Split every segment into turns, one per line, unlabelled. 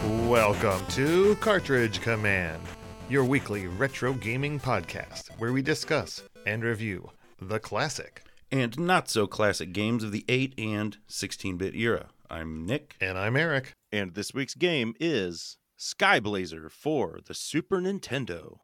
Welcome to Cartridge Command, your weekly retro gaming podcast where we discuss and review the classic.
and not so classic games of the 8 and 16 bit era. I'm Nick.
And I'm Eric.
And this week's game is Skyblazer for the Super Nintendo.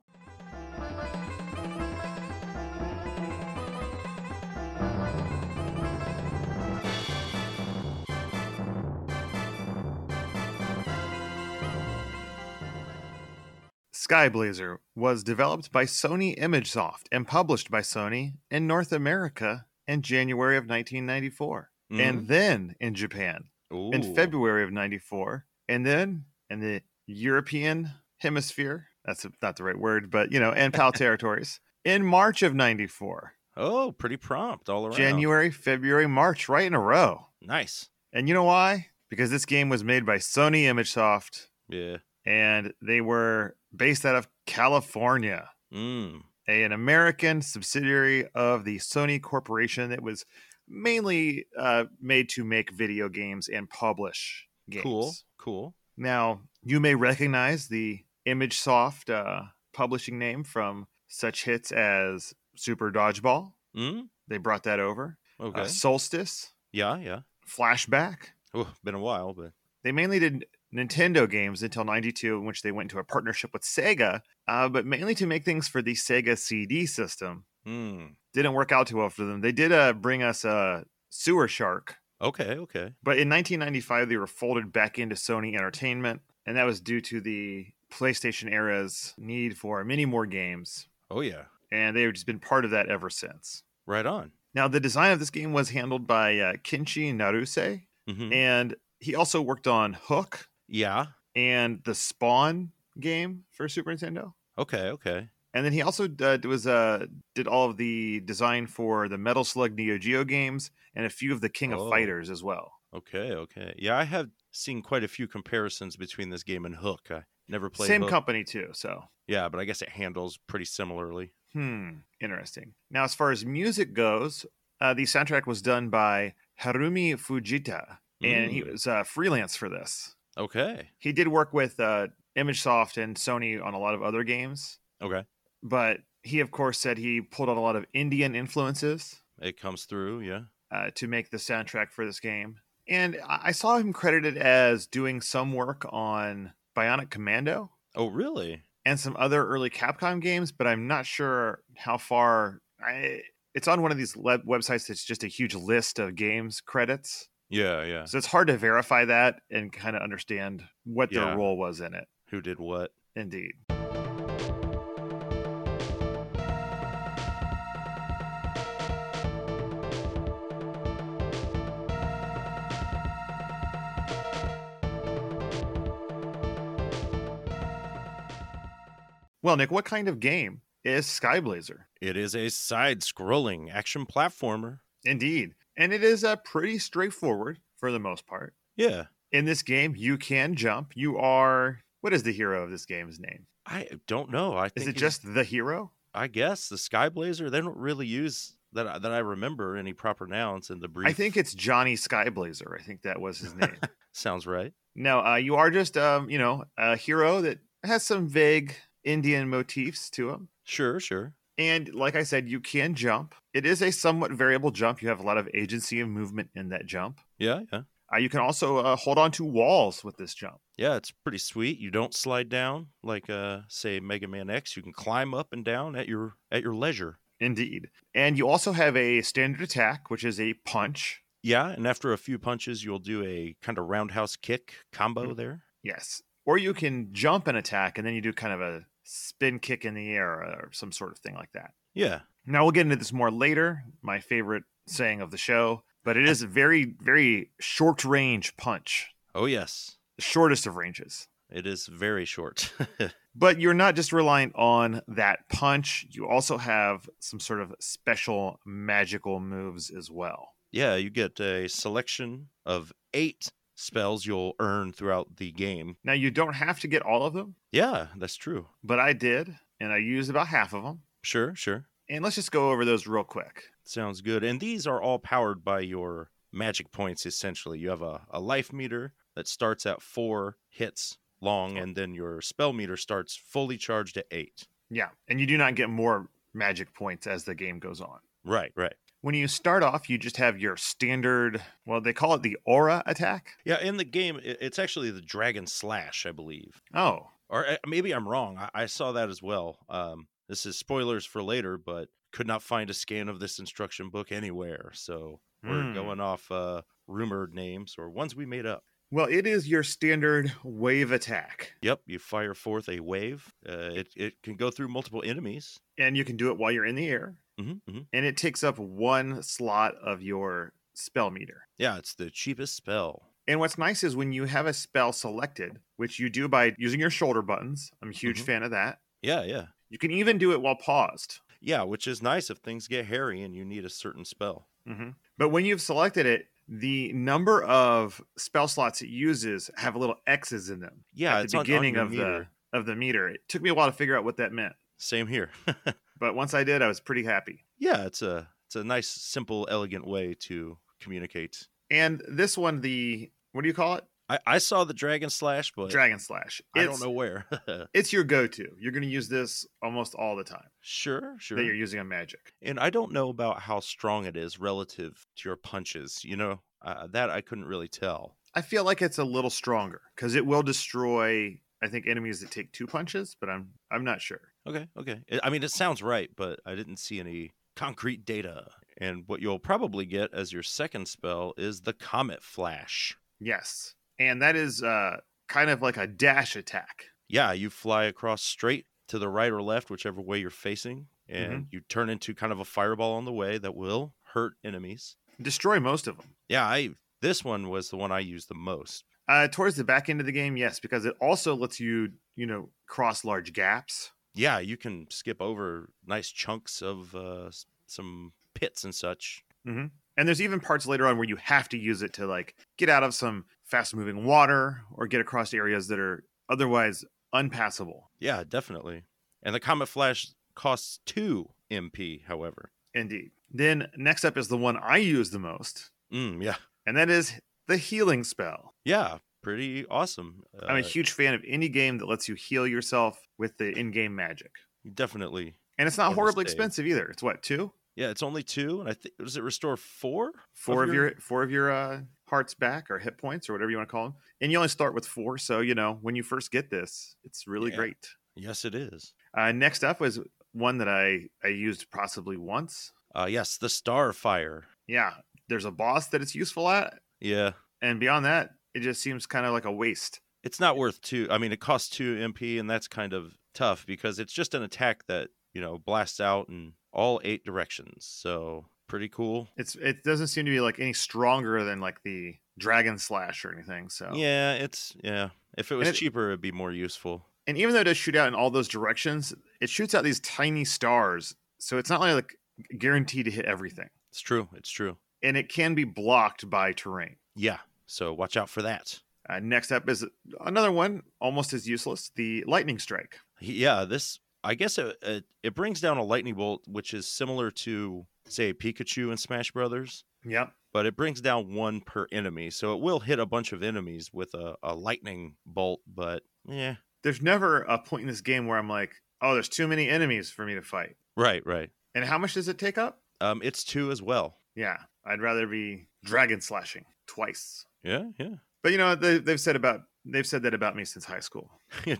Skyblazer was developed by Sony ImageSoft and published by Sony in North America in January of 1994,
Mm.
and then in Japan
Ooh.
in February of 94, and then in the European hemisphere. That's not the right word, but you know, and PAL territories in March of 94.
Oh, pretty prompt all around.
January, February, March, right in a row.
Nice.
And you know why? Because this game was made by Sony ImageSoft
Yeah.
and they were based out of California.
Mm.
a- an American subsidiary of the Sony Corporation that was mainly uh, made to make video games and publish games.
Cool. Cool.
Now, you may recognize the ImageSoft uh, publishing name from such hits as Super Dodgeball.
Mm.
They brought that over.
Okay.
Uh, Solstice,
yeah, yeah.
Flashback.
Oh, been a while, but
They mainly did Nintendo games until 92, in which they went into a partnership with Sega, uh, but mainly to make things for the Sega CD system.
mm.
didn't work out too well for them. They did uh, bring us a sewer shark,
Okay, okay.
but in 1995 they were folded back into Sony Entertainment, and that was due to the PlayStation era's need for many more games,
Oh yeah.
and they've just been part of that ever since.
Right on.
Now, the design of this game was handled by uh, Kinshi Naruse,
hmm
and he also worked on Hook
Yeah.
and the Spawn game for Super Nintendo.
Okay, okay.
And then he also uh, was uh, did all of the design for the Metal Slug Neo Geo games and a few of the King
Oh.
of Fighters as well.
Okay, okay. Yeah, I have seen quite a few comparisons between this game and Hook. I never played
Same
Hook.
company too. So,
Yeah, but I guess it handles pretty similarly.
hmm, interesting. Now, as far as music goes, uh, the soundtrack was done by Harumi Fujita, and he
Mm.
was uh, freelance for this.
Okay.
He did work with uh, ImageSoft and Sony on a lot of other games,
Okay.
but he, of course, said he pulled out a lot of Indian influences.
It comes through, yeah.
uh, to make the soundtrack for this game. And I I saw him credited as doing some work on Bionic Commando
Oh, really?
and some other early Capcom games, but I'm not sure how far. I, it's on one of these le- websites that's just a huge list of games credits.
Yeah, yeah.
So it's hard to verify that and kind of understand what
Yeah.
their role was in it.
Who did what?
Indeed. Well, Nick, what kind of game is Skyblazer?
It is a side scrolling action platformer.
Indeed. And it is uh, pretty straightforward for the most part.
Yeah.
In this game, you can jump. You are. What is the hero of this game's name?
I don't know. I
Is
think
it
he's-
just the hero?
I guess the Skyblazer, they don't really use that I- that I remember any proper nouns in the brief.
I think it's Johnny Skyblazer. I think that was his name.
sounds right.
no, uh, you are just, um, you know, a hero that has some vague Indian motifs to him.
Sure, sure.
And like I said, you can jump. It is a somewhat variable jump. You have a lot of agency and movement in that jump.
Yeah, yeah.
Uh, you can also uh, hold on to walls with this jump.
Yeah, it's pretty sweet. You don't slide down like uh say Mega Man X. You can climb up and down at your at your leisure.
Indeed. And you also have a standard attack, which is a punch.
Yeah, and after a few punches you'll do a kind of roundhouse kick combo there.
Yes. Or you can jump and attack, and then you do kind of a spin kick in the air or some sort of thing like that.
Yeah.
Now, we'll get into this more later, my favorite saying of the show, but it is a very, very short range punch,
Oh yes.
the shortest of ranges.
It is very short.
But you're not just reliant on that punch, you also have some sort of special magical moves as well.
Yeah, you get a selection of eight spells you'll earn throughout the game.
Now, you don't have to get all of them,
Yeah, that's true.
but I did, and I used about half of them.
Sure, sure.
And let's just go over those real quick.
Sounds good. And these are all powered by your magic points, essentially. You have a, a life meter that starts at four hits long, and then your spell meter starts fully charged at eight.
Yeah, and you do not get more magic points as the game goes on.
Right, right.
When you start off, you just have your standard, well, they call it the aura attack.
Yeah, in the game, it- it's actually the dragon slash, I believe,
Oh,
or uh, maybe I'm wrong. I, I saw that as well. Um, this is spoilers for later, but could not find a scan of this instruction book anywhere. So we're
Hmm.
going off uh, rumored names or ones we made up.
well, it is your standard wave attack,
Yep, you fire forth a wave. Uh, it it can go through multiple enemies.
and you can do it while you're in the air,
hmm hmm
and it takes up one slot of your spell meter.
Yeah, it's the cheapest spell.
And what's nice is when you have a spell selected, which you do by using your shoulder buttons, I'm a huge
Mhm.
fan of that.
Yeah, yeah,
You can even do it while paused.
yeah. Which is nice if things get hairy and you need a certain spell.
Mm-hmm. But when you've selected it, the number of spell slots it uses have little X's in them
Yeah,
at
it's
the
on- on
beginning
your
of
meter.
the of the meter. It took me a while to figure out what that meant,
Same here.
but once I did, I was pretty happy.
yeah, it's a it's a nice, simple, elegant way to communicate.
And this one, the what do you call it?
I, I saw the dragon slash, but
Dragon Slash.
I
It's-
don't know where.
It's your go-to. You're going to use this almost all the time
sure, sure.
that you're using on magic.
And I don't know about how strong it is relative to your punches. You know uh, that I couldn't really tell.
I feel like it's a little stronger because it will destroy. I think enemies that take two punches, but I'm I'm not sure.
Okay, okay. I- I mean, it sounds right, but I didn't see any concrete data. And what you'll probably get as your second spell is the Comet Flash.
Yes, and that is uh, kind of like a dash attack.
Yeah, you fly across straight to the right or left, whichever way you're facing, and you turn into kind of a fireball on the way that will hurt enemies.
destroy most of them.
Yeah, I this one was the one I used the most.
Uh, towards the back end of the game, yes, because it also lets you, you know, cross large gaps.
Yeah, you can skip over nice chunks of uh, s- some pits and such.
And there's even parts later on where you have to use it to like get out of some fast moving water or get across areas that are otherwise unpassable.
Yeah, definitely. And the Comet Flash costs two MP, however.
Indeed. Then next up is the one I use the most,
Mm, yeah.
and that is the healing spell.
Yeah. Pretty awesome. Uh,
I'm a huge fan of any game that lets you heal yourself with the in game magic.
definitely.
And it's not
Or
horribly
save.
expensive either. It's what, two?
Yeah, it's only two, and I think does it restore four?
four of
your-
your, four of your uh, hearts back or hit points or whatever you want to call them and you only start with four so you know when you first get this it's really
Yeah.
great
Yes, it is.
uh, next up was one that i i used possibly once
Uh, yes, the Starfire.
yeah there's a boss that it's useful at
Yeah,
and beyond that it just seems kind of like a waste
it's not worth two. I mean, it costs two MP, and that's kind of tough because it's just an attack that you know blasts out in all eight directions. So pretty cool.
it's it doesn't seem to be like any stronger than like the dragon slash or anything so
Yeah, it's yeah. If it was
Oh. it-
cheaper, it'd be more useful.
and even though it does shoot out in all those directions it shoots out these tiny stars so it's not like guaranteed to hit everything
It's true. It's true.
and it can be blocked by terrain
Yeah. So watch out for that.
Uh, next up is another one, almost as useless, the lightning strike.
Yeah, this I guess it, it it brings down a lightning bolt, which is similar to say Pikachu in Smash Brothers,
Yep.
but it brings down one per enemy, so it will hit a bunch of enemies with a, a lightning bolt. But yeah,
There's never a point in this game where I'm like, oh, there's too many enemies for me to fight.
right, right.
And how much does it take up?
Um, it's two as well.
Yeah, I'd rather be dragon slashing twice.
Yeah, yeah.
But you know, they, they've said about they've said that about me since high school.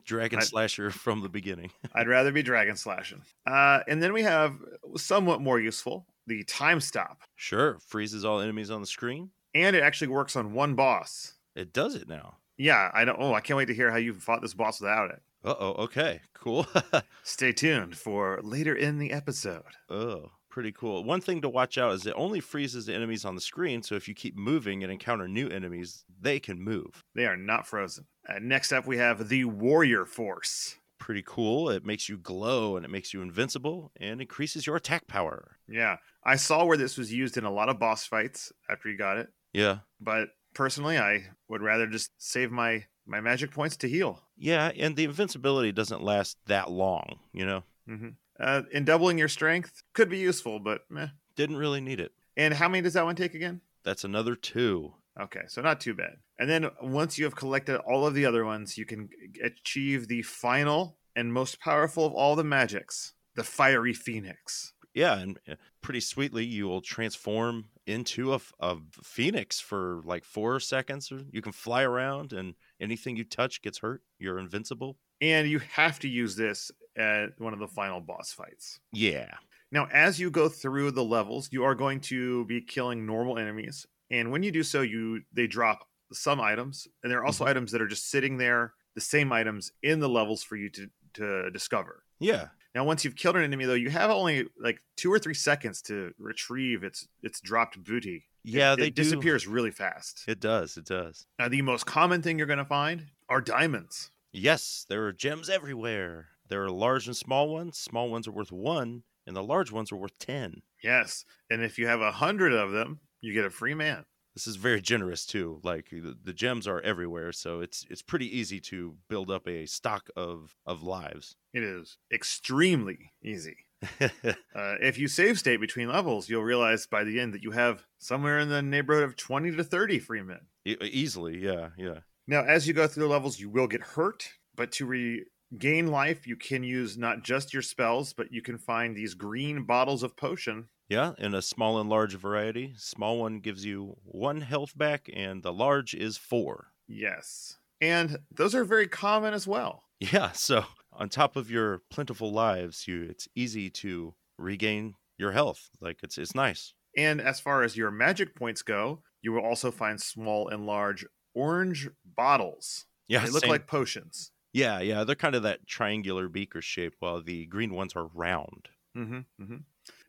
Dragon
I-
slasher from the beginning.
I'd rather be dragon slashing. Uh, and then we have somewhat more useful, the time stop,
Sure, freezes all enemies on the screen.
and it actually works on one boss.
It does it now.
Yeah, I don't. Oh, I can't wait to hear how you fought this boss without it.
Uh oh. Okay. Cool.
Stay tuned for later in the episode.
Oh, pretty cool. One thing to watch out is it only freezes the enemies on the screen, so if you keep moving and encounter new enemies, they can move.
They are not frozen. Uh, next up, we have the Warrior Force.
Pretty cool. It makes you glow and it makes you invincible and increases your attack power.
Yeah, I saw where this was used in a lot of boss fights after you got it,
Yeah.
but personally, I would rather just save my my magic points to heal.
Yeah, and the invincibility doesn't last that long, you know?
Mm-hmm. Uh, and doubling your strength could be useful, but meh.
Didn't really need it.
And how many does that one take again?
That's another two.
Okay, so not too bad. And then once you have collected all of the other ones, you can achieve the final and most powerful of all the magics, the Fiery Phoenix.
Yeah, and uh, pretty sweetly, you will transform into a, f- a phoenix for like four seconds. or You can fly around, and anything you touch gets hurt. You're invincible.
And you have to use this at one of the final boss fights.
Yeah.
Now, as you go through the levels, you are going to be killing normal enemies, and when you do so, you they drop some items, and there are
Mm-hmm.
also items that are just sitting there, the same items in the levels for you to to discover.
Yeah.
Now, once you've killed an enemy, though, you have only like two or three seconds to retrieve its its dropped booty.
Yeah, they
it
do-
disappears really fast.
It does. It does.
Now, the most common thing you're going to find are diamonds.
Yes, there are gems everywhere. There are large and small ones. Small ones are worth one, and the large ones are worth 10.
Yes, and if you have a hundred of them, you get a free man.
This is very generous too. Like the, the gems are everywhere, so it's it's pretty easy to build up a stock of of lives.
It is extremely easy. Uh, if you save state between levels, you'll realize by the end that you have somewhere in the neighborhood of 20 to 30 free men.
E- easily, yeah, yeah.
Now, as you go through the levels, you will get hurt, but to regain life, you can use not just your spells, but you can find these green bottles of potion.
Yeah, in a small and large variety. Small one gives you one health back, and the large is four.
Yes. And those are very common as well.
Yeah, so on top of your plentiful lives, you it's easy to regain your health. Like it's it's nice.
And as far as your magic points go, you will also find small and large orange bottles.
Yeah,
They look
same-
like potions.
yeah, yeah. They're kind of that triangular beaker shape, while the green ones are round.
hmm hmm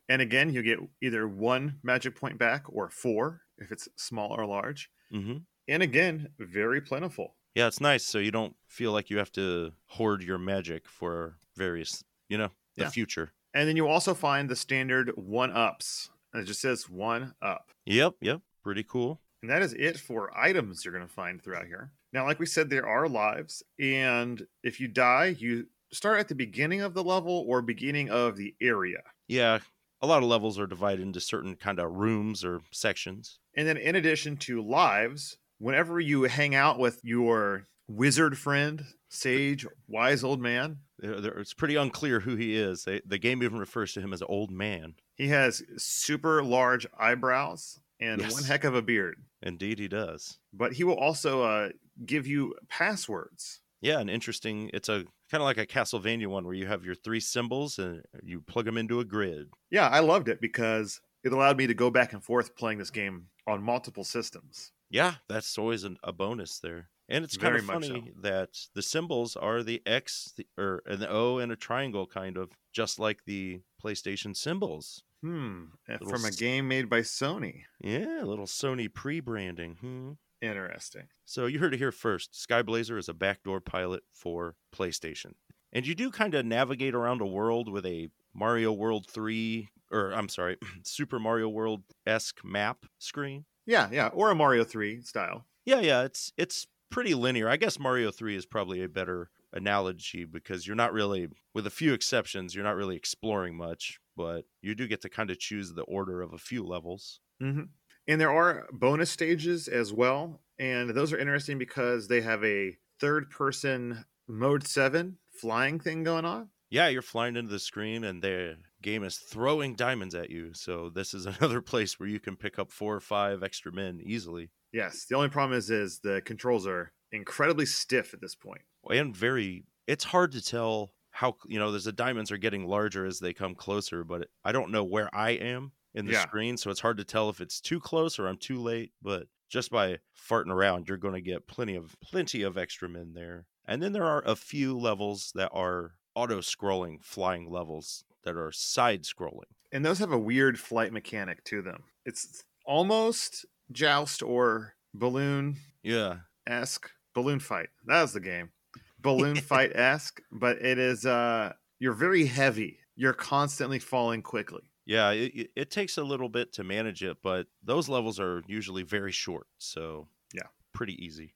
And again, you get either one magic point back or four if it's small or large.
Mm-hmm.
And again, very plentiful.
Yeah, it's nice. So you don't feel like you have to hoard your magic for various, you know, the
Yeah.
future.
And then you also find the standard one ups. And it just says one up.
Yep, yep. Pretty cool.
And that is it for items you're going to find throughout here. Now, like we said, there are lives. And if you die, you start at the beginning of the level or beginning of the area.
Yeah, a lot of levels are divided into certain kind of rooms or sections.
And then, in addition to lives, whenever you hang out with your wizard friend, sage, wise old man,
There- there- It's pretty unclear who he is. They, the game even refers to him as old man.
he has super large eyebrows and
Yes.
one heck of a beard.
Indeed, he does.
But he will also uh, give you passwords.
Yeah, an interesting. It's a kind of like a Castlevania one where you have your three symbols and you plug them into a grid.
Yeah, I loved it because it allowed me to go back and forth playing this game on multiple systems.
Yeah, that's always an, a bonus there. And it's kind
Very
of
much
funny that the symbols are the X the, or an O and a triangle, kind of just like the PlayStation symbols.
Hmm. and
Little
From a
s-
game made by Sony.
Yeah, a little Sony pre branding. Hmm.
Interesting.
So you heard it here first. Skyblazer is a backdoor pilot for PlayStation. And you do kind of navigate around a world with a Mario World 3, or I'm sorry, Super Mario World esque map screen.
Yeah, yeah. Or a Mario 3 style.
Yeah, yeah, it's it's pretty linear. I guess Mario 3 is probably a better analogy because you're not really with a few exceptions, you're not really exploring much, but you do get to kind of choose the order of a few levels.
Mm-hmm. And there are bonus stages as well. And those are interesting because they have a third person mode 7 flying thing going on.
Yeah, you're flying into the screen and the game is throwing diamonds at you. So this is another place where you can pick up four or five extra men easily
Yes. The only problem is, is the controls are incredibly stiff at this point.
and very it's hard to tell how you know there's the diamonds are getting larger as they come closer but i don't know where i am in the
Yeah.
screen so it's hard to tell if it's too close or i'm too late but just by farting around you're going to get plenty of plenty of extra men there and then there are a few levels that are auto scrolling flying levels that are side scrolling
and those have a weird flight mechanic to them. It's almost joust or balloon
yeah
esque balloon fight. That was the game, balloon fight esque. But it is uh, you're very heavy. You're constantly falling quickly.
yeah it, it- it takes a little bit to manage it but those levels are usually very short so
Yeah.
pretty easy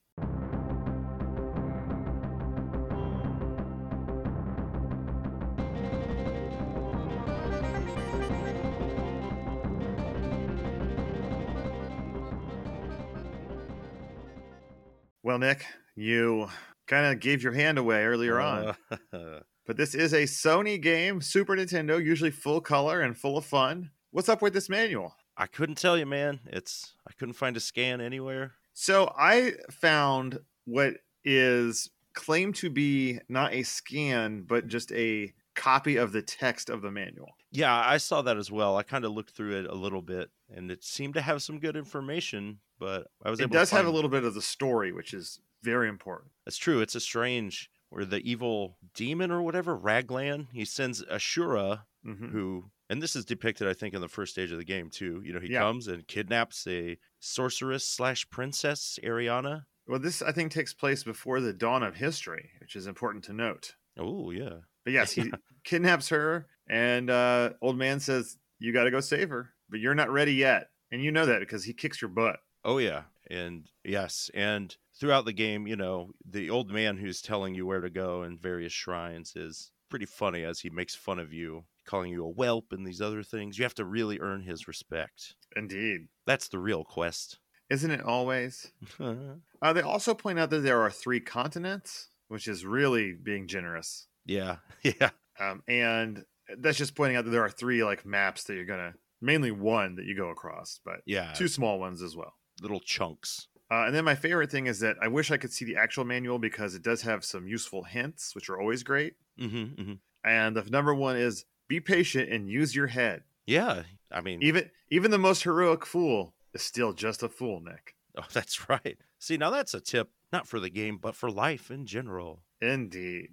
Well, Nick, you kind of gave your hand away earlier on.
Uh,
But this is a Sony game, Super Nintendo, usually full color and full of fun. What's up with this manual?
I couldn't tell you, man. It's I couldn't find a scan anywhere.
So I found what is claimed to be not a scan, but just a copy of the text of the manual.
Yeah, I saw that as well. I kind of looked through it a little bit, and it seemed to have some good information. But I was
It
able. to
does have a
find-
little bit of the story, which is very important.
That's true. It's a strange where the evil demon or whatever Raglan he sends Ashura
Mhm.
who and this is depicted i think in the first stage of the game too you know he
Yeah.
comes and kidnaps a sorceress slash princess ariana
Well, this I think takes place before the dawn of history, which is important to note.
oh yeah
But yes, he kidnaps her, and uh, old man says, "You got to go save her, but you're not ready yet." And you know that because he kicks your butt.
oh yeah and yes and throughout the game you know the old man who's telling you where to go in various shrines is pretty funny as he makes fun of you calling you a whelp and these other things you have to really earn his respect
Indeed,
that's the real quest
isn't it always? Uh, they also point out that there are three continents, which is really being generous.
yeah yeah
Um, and that's just pointing out that there are three like maps that you're gonna mainly one that you go across, but
yeah
two small ones as well.
little chunks
Uh, and then my favorite thing is that I wish I could see the actual manual because it does have some useful hints, which are always great.
mm-hmm, mm-hmm.
And the number one is be patient and use your head.
yeah i mean
Even even the most heroic fool is still just a fool, Nick.
Oh, that's right. See, now that's a tip, not for the game, but for life in general.
Indeed.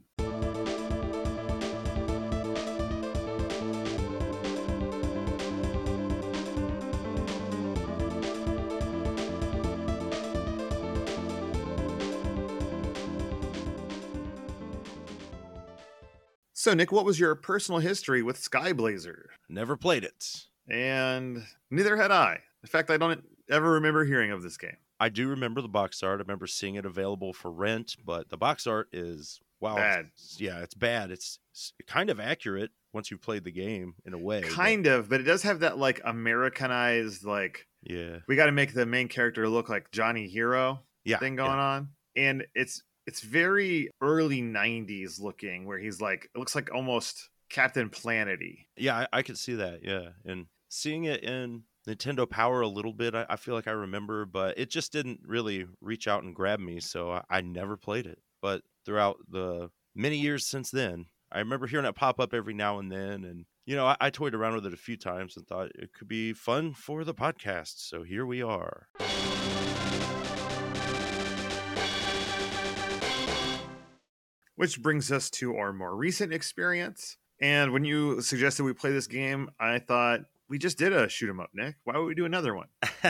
So, Nick, what was your personal history with Skyblazer?
Never played it.
and neither had I. In fact, I don't ever remember hearing of this game.
I do remember the box art. I remember seeing it available for rent, but the box art is wow.
Bad.
it's- yeah, it's bad. It's, it's kind of accurate once you've played the game in a way. but-
Kind of, but it does have that like Americanized, like
Yeah.
we got to make the main character look like Johnny Hero
Yeah.
thing going
yeah.
on, and it's it's very early '90s looking, where he's like it looks like almost Captain Planety.
Yeah, I, I could see that. Yeah, and seeing it in Nintendo Power a little bit, I, I feel like I remember, but it just didn't really reach out and grab me, so I, I never played it. But throughout the many years since then, I remember hearing it pop up every now and then, and you know, I, I toyed around with it a few times and thought it could be fun for the podcast. So here we are.
Which brings us to our more recent experience. And when you suggested we play this game, I thought we just did a shoot 'em up, Nick. Why would we do another one?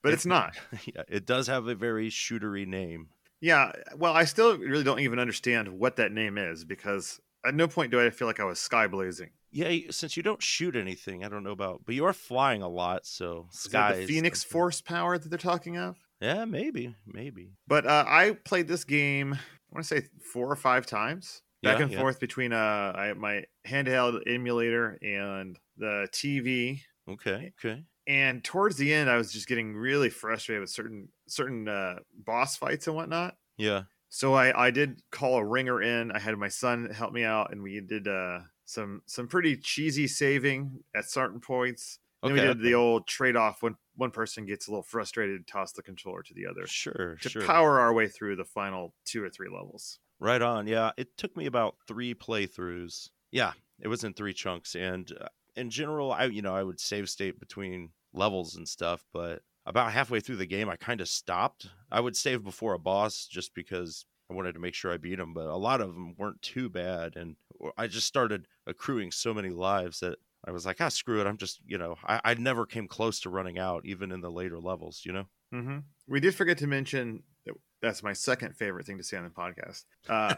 But it's not.
yeah, it does have a very shootery name.
Yeah, well, I still really don't even understand what that name is because at no point do I feel like I was sky blazing.
Yeah, you- since you don't shoot anything, I don't know about, but you are flying a lot, so
Is that
sky.
the Phoenix Force power that they're talking of?
Yeah, maybe, maybe.
But uh, I played this game, I want to say four or five times, back
Yeah,
and
yeah.
forth between uh, I, my handheld emulator and the TV.
Okay, okay.
And towards the end, I was just getting really frustrated with certain certain uh, boss fights and whatnot.
Yeah.
So I I did call a ringer in. I had my son help me out, and we did uh, some some pretty cheesy saving at certain points.
Okay.
Then we did
okay.
the old trade off when one person gets a little frustrated, toss the controller to the other
sure,
to
sure.
power our way through the final two or three levels.
Right on. Yeah, it took me about 3 playthroughs. Yeah, it was in 3 chunks and uh, in general, I you know, I would save state between levels and stuff, but about halfway through the game I kind of stopped. I would save before a boss just because I wanted to make sure I beat him, but a lot of them weren't too bad and I just started accruing so many lives that I was like, ah, screw it. I'm just, you know, I, I never came close to running out, even in the later levels, you know?
hmm We did forget to mention that that's my second favorite thing to say on the podcast. Uh,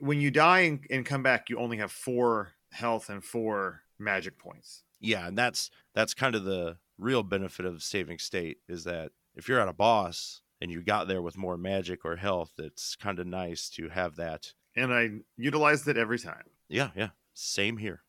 when you die and, and come back, you only have four health and four magic points.
yeah and that's that's kind of the real benefit of saving state is that if you're at a boss and you got there with more magic or health it's kind of nice to have that
And I utilized it every time.
yeah yeah same here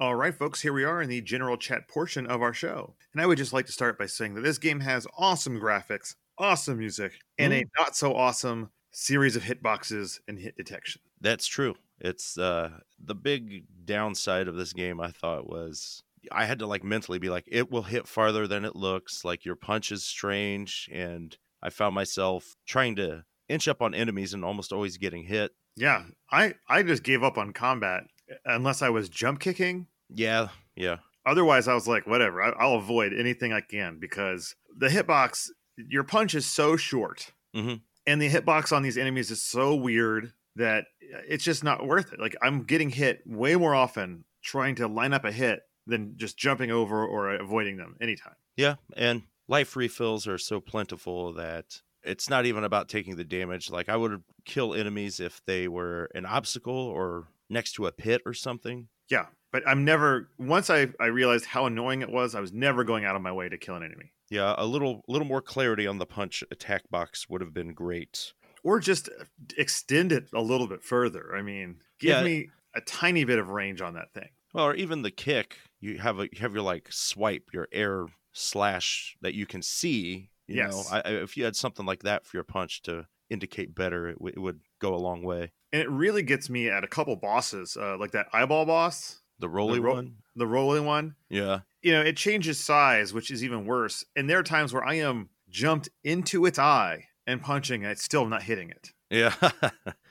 All right, folks, here we are in the general chat portion of our show. And I would just like to start by saying that this game has awesome graphics, awesome music, and a not so awesome series of hitboxes and hit detection.
That's true. It's uh the big downside of this game I thought was I had to like mentally be like it will hit farther than it looks, like your punch is strange and I found myself trying to inch up on enemies and almost always getting hit.
Yeah, I, I just gave up on combat unless I was jump kicking.
Yeah, yeah.
Otherwise, I was like, whatever, I, I'll avoid anything I can because the hitbox, your punch is so short.
Mhm.
And the hitbox on these enemies is so weird that it's just not worth it. Like, I'm getting hit way more often trying to line up a hit than just jumping over or avoiding them anytime.
Yeah, and life refills are so plentiful that it's not even about taking the damage. Like I would kill enemies if they were an obstacle or next to a pit or something.
Yeah. But I'm never, once I, I realized how annoying it was, I was never going out of my way to kill an enemy.
Yeah, a little little more clarity on the punch attack box would have been great.
or just extend it a little bit further. I mean, give
Yeah.
me a tiny bit of range on that thing.
Well, or even the kick, you have a you have your like swipe, your air slash that you can see. You
Yes.
know, I, I- if you had something like that for your punch to indicate better, it, w- it would go a long way.
And it really gets me at a couple bosses, uh, like that eyeball boss,
The roly
ro-
one,
the rolling one.
yeah,
You know, it changes size, which is even worse. And there are times where I am jumped into its eye and punching, and it's still not hitting it.
yeah,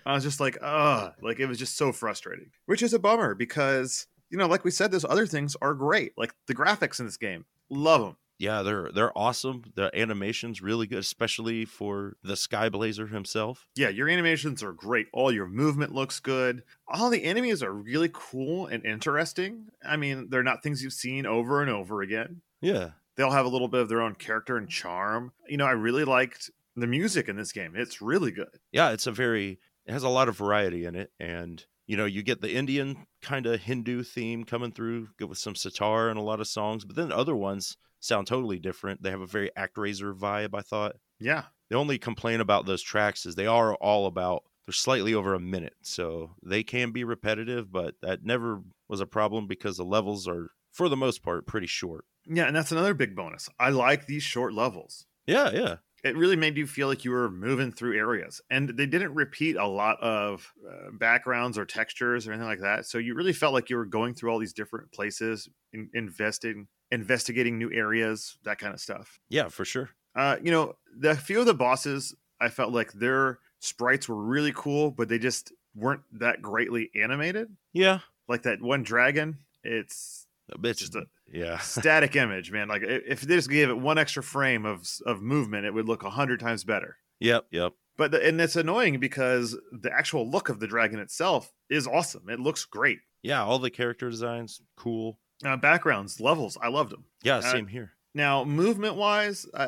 I was just like, ugh, like it was just so frustrating, which is a bummer because, you know, like we said, those other things are great. Like the graphics in this game, love them.
yeah. They're they're awesome. The animation's really good, especially for the Sky Blazer himself.
Yeah, your animations are great. All your movement looks good. All the enemies are really cool and interesting. I mean, they're not things you've seen over and over again.
Yeah,
They'll have a little bit of their own character and charm. You know, I really liked the music in this game. It's really good.
yeah. It's a very it has a lot of variety in it, and you know you get the Indian kind of Hindu theme coming through good with some sitar and a lot of songs, but then other ones sound totally different. They have a very Actraiser vibe. I thought
Yeah.
the only complaint about those tracks is they are all about they're slightly over a minute so they can be repetitive but that never was a problem because the levels are for the most part pretty short
Yeah, and that's another big bonus. I like these short levels.
yeah yeah
It really made you feel like you were moving through areas, and they didn't repeat a lot of uh, backgrounds or textures or anything like that. So you really felt like you were going through all these different places, in- investing, investigating new areas, that kind of stuff.
yeah for sure
Uh, you know, the few of the bosses, I felt like their sprites were really cool, but they just weren't that greatly animated.
yeah
Like that one dragon, it's
it's
just a
yeah
static image, man. Like i- if they just gave it one extra frame of s- of movement, it would look a hundred times better.
yep yep
But the, and it's annoying because the actual look of the dragon itself is awesome. It looks great.
yeah all the character designs cool
Uh, backgrounds, levels, I loved them.
yeah
Uh,
same here
Now, movement wise, I,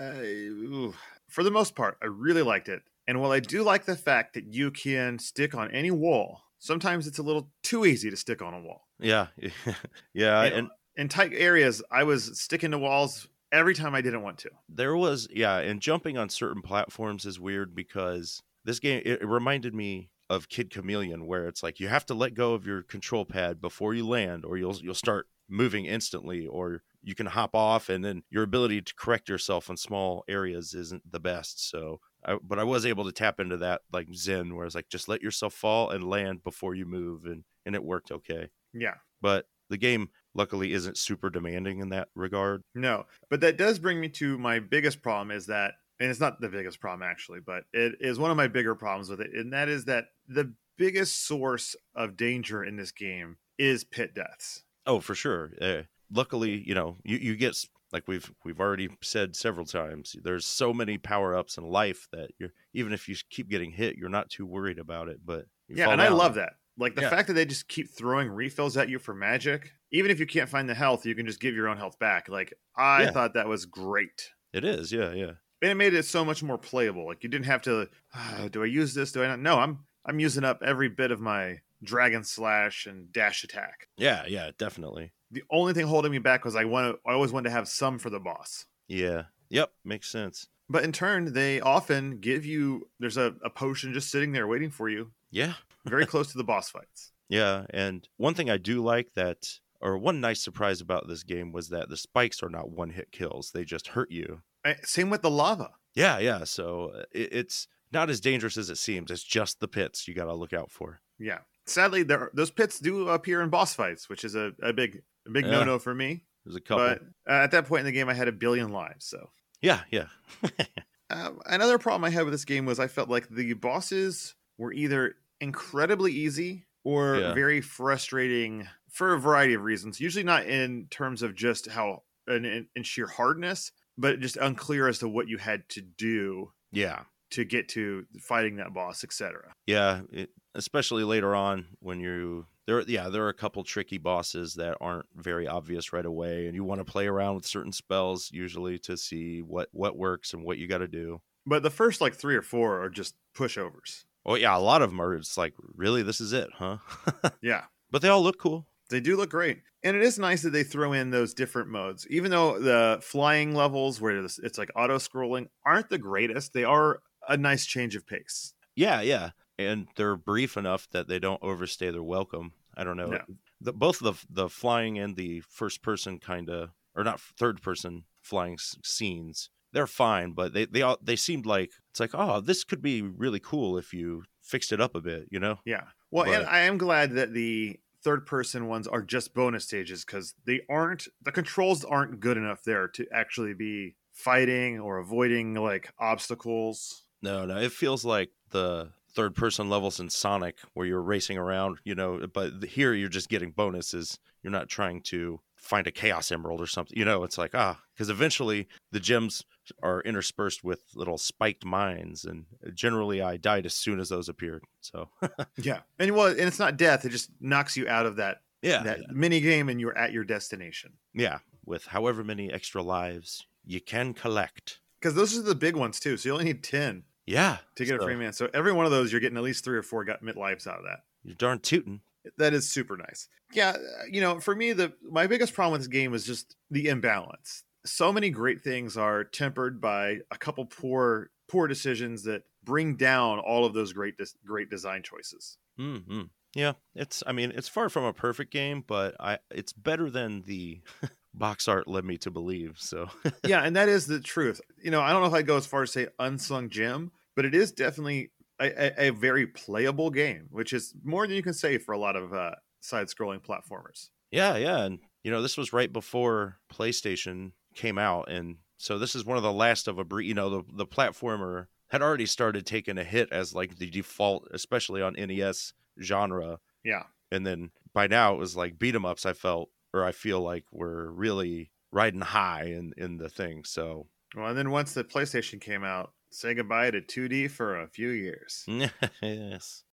ooh, for the most part, I really liked it. And while I do like the fact that you can stick on any wall, sometimes it's a little too easy to stick on a wall.
yeah yeah
and-
and
In tight areas, I was sticking to walls every time I didn't want to.
there was yeah and jumping on certain platforms is weird because this game it, it reminded me of kid chameleon where it's like you have to let go of your control pad before you land or you'll you'll start moving instantly or you can hop off and then your ability to correct yourself in small areas isn't the best so I, but i was able to tap into that like zen where it's like just let yourself fall and land before you move and and it worked okay
Yeah.
but the game luckily isn't super demanding in that regard
No, but that does bring me to my biggest problem is that, and it's not the biggest problem actually, but it is one of my bigger problems with it, and that is that the biggest source of danger in this game is pit deaths.
Oh, for sure. Uh, luckily, you know, you, you get s- like we've we've already said several times. There's so many power ups in life that you're even if you s- keep getting hit, you're not too worried about it. But you
yeah,
fall
and I
down.
love that. Like the
Yeah.
fact that they just keep throwing refills at you for magic, even if you can't find the health, you can just give your own health back. Like I
Yeah.
thought that was great.
It is, yeah, yeah,
And it made it so much more playable. Like you didn't have to "Ah, do I use this? Do I not? No, I'm I'm using up every bit of my dragon slash and dash attack.
yeah, yeah, definitely,
the only thing holding me back was I want to, I always wanted to have some for the boss.
yeah, yep, makes sense.
But in turn, they often give you there's a, a potion just sitting there waiting for you,
Yeah,
very close to the boss fights.
Yeah, and one thing I do like that or one nice surprise about this game was that the spikes are not one hit kills. They just hurt you.
Eh, Same with the lava.
Yeah, yeah. So uh, it, it's not as dangerous as it seems. It's just the pits you got to look out for.
Yeah. Sadly, there are, those pits do appear in boss fights, which is a, a big a big
Yeah.
no no for me.
There's a couple.
But uh, at that point in the game, I had a billion lives. So
yeah, yeah.
uh, another problem I had with this game was I felt like the bosses were either incredibly easy or
Yeah.
very frustrating for a variety of reasons. Usually not in terms of just how and in, in sheer hardness, but just unclear as to what you had to do
Yeah.
to get to fighting that boss, etc.
Yeah. It, especially later on when you. There, yeah, there are a couple tricky bosses that aren't very obvious right away, and you want to play around with certain spells usually to see what what works and what you got to do.
But the first like three or four are just pushovers.
Oh yeah, a lot of them are. It's like, really, this is it, huh?
Yeah.
but they all look cool.
They do look great. And it is nice that they throw in those different modes. Even though the flying levels, where it's it's like auto scrolling, aren't the greatest, they are a nice change of pace.
Yeah, yeah. And they're brief enough that they don't overstay their welcome. I don't know.
No.
The, both the the flying and the first person kind of or not third person flying s- scenes. They're fine, but they they all they seemed like it's like, "Oh, this could be really cool if you fixed it up a bit," you know?
Yeah. Well, and
But-
I am glad that the third person ones are just bonus stages because they aren't, the controls aren't good enough there to actually be fighting or avoiding like obstacles.
No, no. It feels like the third person levels in Sonic where you're racing around, you know, but here you're just getting bonuses. You're not trying to find a chaos emerald or something. You know, it's like, ah, cuz eventually the gems are interspersed with little spiked mines and uh, generally I died as soon as those appeared. So,
Yeah. And well, and it's not death, it just knocks you out of that,
yeah.
that mini game and you're at your destination.
yeah, with however many extra lives you can collect.
Because those are the big ones too. So you only need 10.
Yeah.
to get a
so
free man. So every one of those, you're getting at least three or four gut mid lives out of that.
You're darn tootin'.
That is super nice. Yeah, uh, you know, for me, the my biggest problem with this game is just the imbalance. So many great things are tempered by a couple poor poor decisions that bring down all of those great des- great design choices.
hmm Yeah, it's. I mean, it's far from a perfect game, but I. It's better than the box art led me to believe. So
yeah, and that is the truth. You know, I don't know if I go as far as say unsung gem, but it is definitely a, a, a very playable game, which is more than you can say for a lot of uh, side-scrolling platformers.
yeah, yeah, and you know, this was right before PlayStation came out, and so this is one of the last of a bre You know, the the platformer had already started taking a hit as like the default, especially on NES genre,
Yeah.
and then by now it was like beat 'em ups. I felt or I feel like we're really riding high in in the thing. So
Well, and then once the PlayStation came out, say goodbye to 2D for a few years.
Hmm. yes.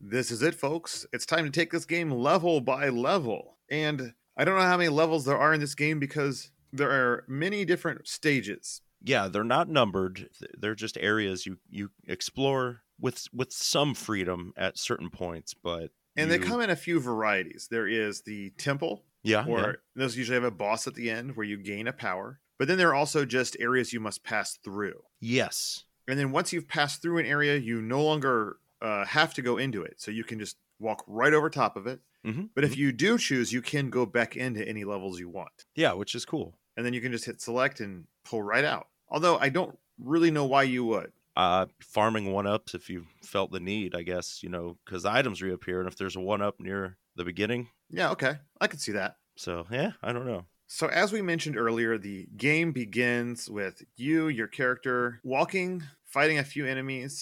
This is it, folks. It's time to take this game level by level. And I don't know how many levels there are in this game because there are many different stages.
yeah they're not numbered Th- they're just areas you you explore with with some freedom at certain points but
And they
you-
come in a few varieties. There is the temple,
yeah
or
Ah, yeah.
those usually have a boss at the end where you gain a power. But then there are also just areas you must pass through.
yes
And then once you've passed through an area, you no longer uh, have to go into it. So you can just walk right over top of it.
Mhm,
But if you do choose, you can go back into any levels you want.
yeah which is cool
And then you can just hit select and pull right out. Although I don't really know why you would.
uh farming one ups if you felt the need i guess you know because items reappear and if there's a one up near the beginning
Yeah, okay. I can see that.
so yeah i don't know
So, as we mentioned earlier, the game begins with you, your character, walking, fighting a few enemies,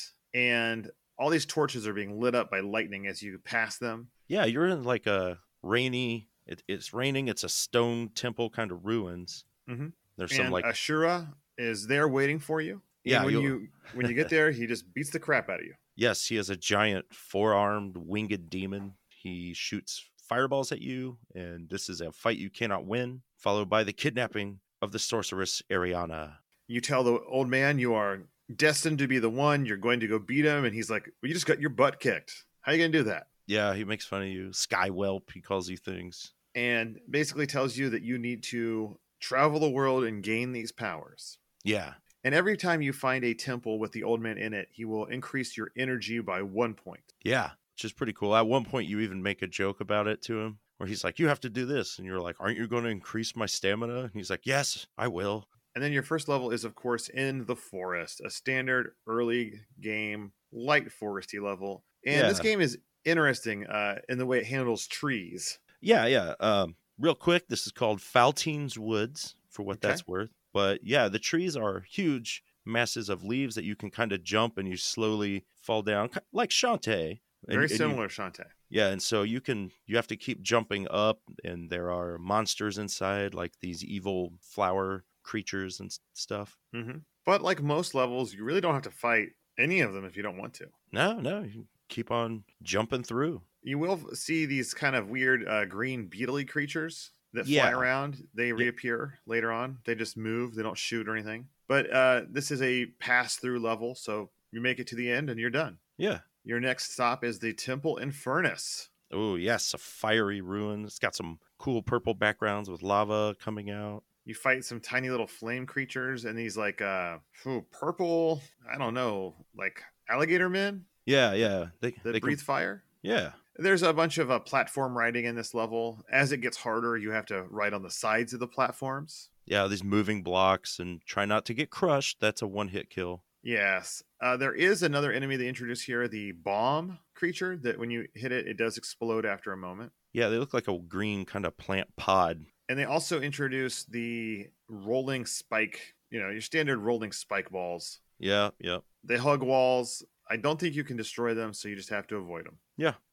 and all these torches are being lit up by lightning as you pass them.
yeah you're in like a rainy it, it's raining it's a stone temple kind of ruins
Mhm.
there's some
and
like
Ashura is there waiting for you. And
Yeah,
when
you'll-
you when you get there, he just beats the crap out of you.
Yes, he is a giant, four armed, winged demon. He shoots fireballs at you, and this is a fight you cannot win, followed by the kidnapping of the sorceress Ariana.
You tell the old man you are destined to be the one. You're going to go beat him, and he's like, "Well, you just got your butt kicked. How you gonna do that?"
Yeah, he makes fun of you. Skywelp, he calls you things.
And basically tells you that you need to travel the world and gain these powers.
Yeah.
And every time you find a temple with the old man in it, he will increase your energy by one point.
Yeah. Which is pretty cool. At one point you even make a joke about it to him where he's like, You have to do this. And you're like, Aren't you going to increase my stamina? And he's like, Yes, I will.
And then your first level is, of course, in the forest, a standard early game, light foresty level. And this
Yeah.
game is interesting uh, in the way it handles trees.
Yeah, yeah. Um, real quick, this is called Faltine's Woods for what
Okay.
that's worth. But yeah, the trees are huge masses of leaves that you can kind of jump and you slowly fall down, ki- like Shantae. And-
Very
and you-
similar, Shantae.
yeah, and so you can you have to keep jumping up, and there are monsters inside, like these evil flower creatures and s- stuff.
hmm But like most levels, you really don't have to fight any of them if you don't want to.
No, no, you keep on jumping through.
You will f- see these kind of weird uh, green beetly creatures that
Yeah.
fly around. They reappear later on. They just move. They don't shoot or anything. But uh, this is a pass through level, so you make it to the end and you're done.
Yeah.
Your next stop is the Temple Infernus.
Oh yes, a fiery ruin. It's got some cool purple backgrounds with lava coming out.
You fight some tiny little flame creatures and these like uh phew, purple, I don't know, like alligator men
Yeah, yeah. They
that
they can-
breathe fire.
yeah.
There's a bunch of uh, platform riding in this level. As it gets harder, you have to ride on the sides of the platforms.
yeah, these moving blocks and try not to get crushed. That's a one hit kill.
Yes. Uh, there is another enemy they introduced here, the bomb creature that when you hit it, it does explode after a moment.
Yeah, they look like a green kind of plant pod.
And they also introduce the rolling spike, you know, your standard rolling spike balls.
Yeah, yeah.
They hug walls. I don't think you can destroy them, so you just have to avoid them.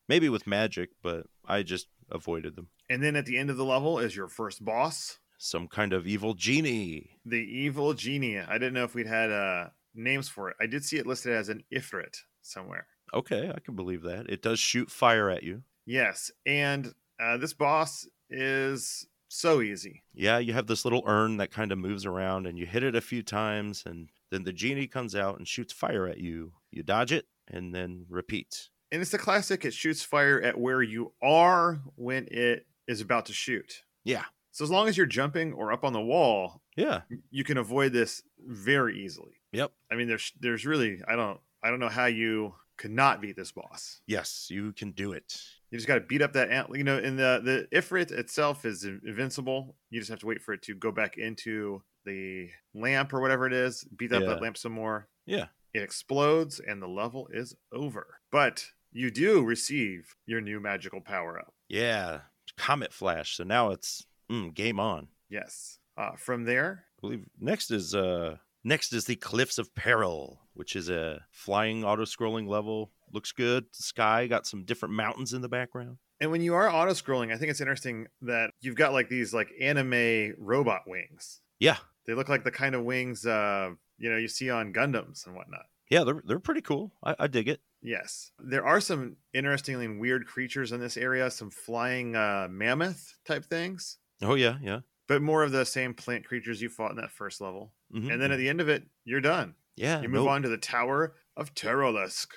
Maybe with magic, but I just avoided them.
And then at the end of the level is your first boss,
Some kind of evil genie.
the evil genie. I didn't know if we'd had uh, names for it. I did see it listed as an Ifrit somewhere.
Okay, I can believe that. It does shoot fire at you.
Yes. And uh, this boss is so easy.
Yeah, you have this little urn that kind of moves around and you hit it a few times and then the genie comes out and shoots fire at you. You dodge it and then repeat.
and it's the classic it shoots fire at where you are when it is about to shoot
Yeah.
so as long as you're jumping or up on the wall
Yeah.
you can avoid this very easily
Yep.
i mean there's there's really i don't i don't know how you could not beat this boss
Yes, you can do it.
you just got to beat up that ant you know and the the ifrit itself is in- invincible you just have to wait for it to go back into the lamp or whatever it is beat up
Yeah.
that lamp some more
Yeah.
it explodes and the level is over but you do receive your new magical power up
Yeah, Comet Flash. So now it's mm, game on.
Yes. Uh, from there,
I believe next is uh next is the Cliffs of Peril, which is a flying auto-scrolling level. Looks good. sky got some different mountains in the background.
and when you are auto scrolling, I think it's interesting that you've got like these like anime robot wings.
Yeah,
They look like the kind of wings uh, you know you see on Gundams and whatnot.
yeah, they're they're pretty cool. I, I dig it.
Yes, there are some interestingly weird creatures in this area, some flying uh, mammoth type things,
Oh yeah, yeah.
but more of the same plant creatures you fought in that first level.
Mhm.
And then at the end of it, you're done.
yeah,
You move
Ah, nope.
on to the Tower of Terrolisk.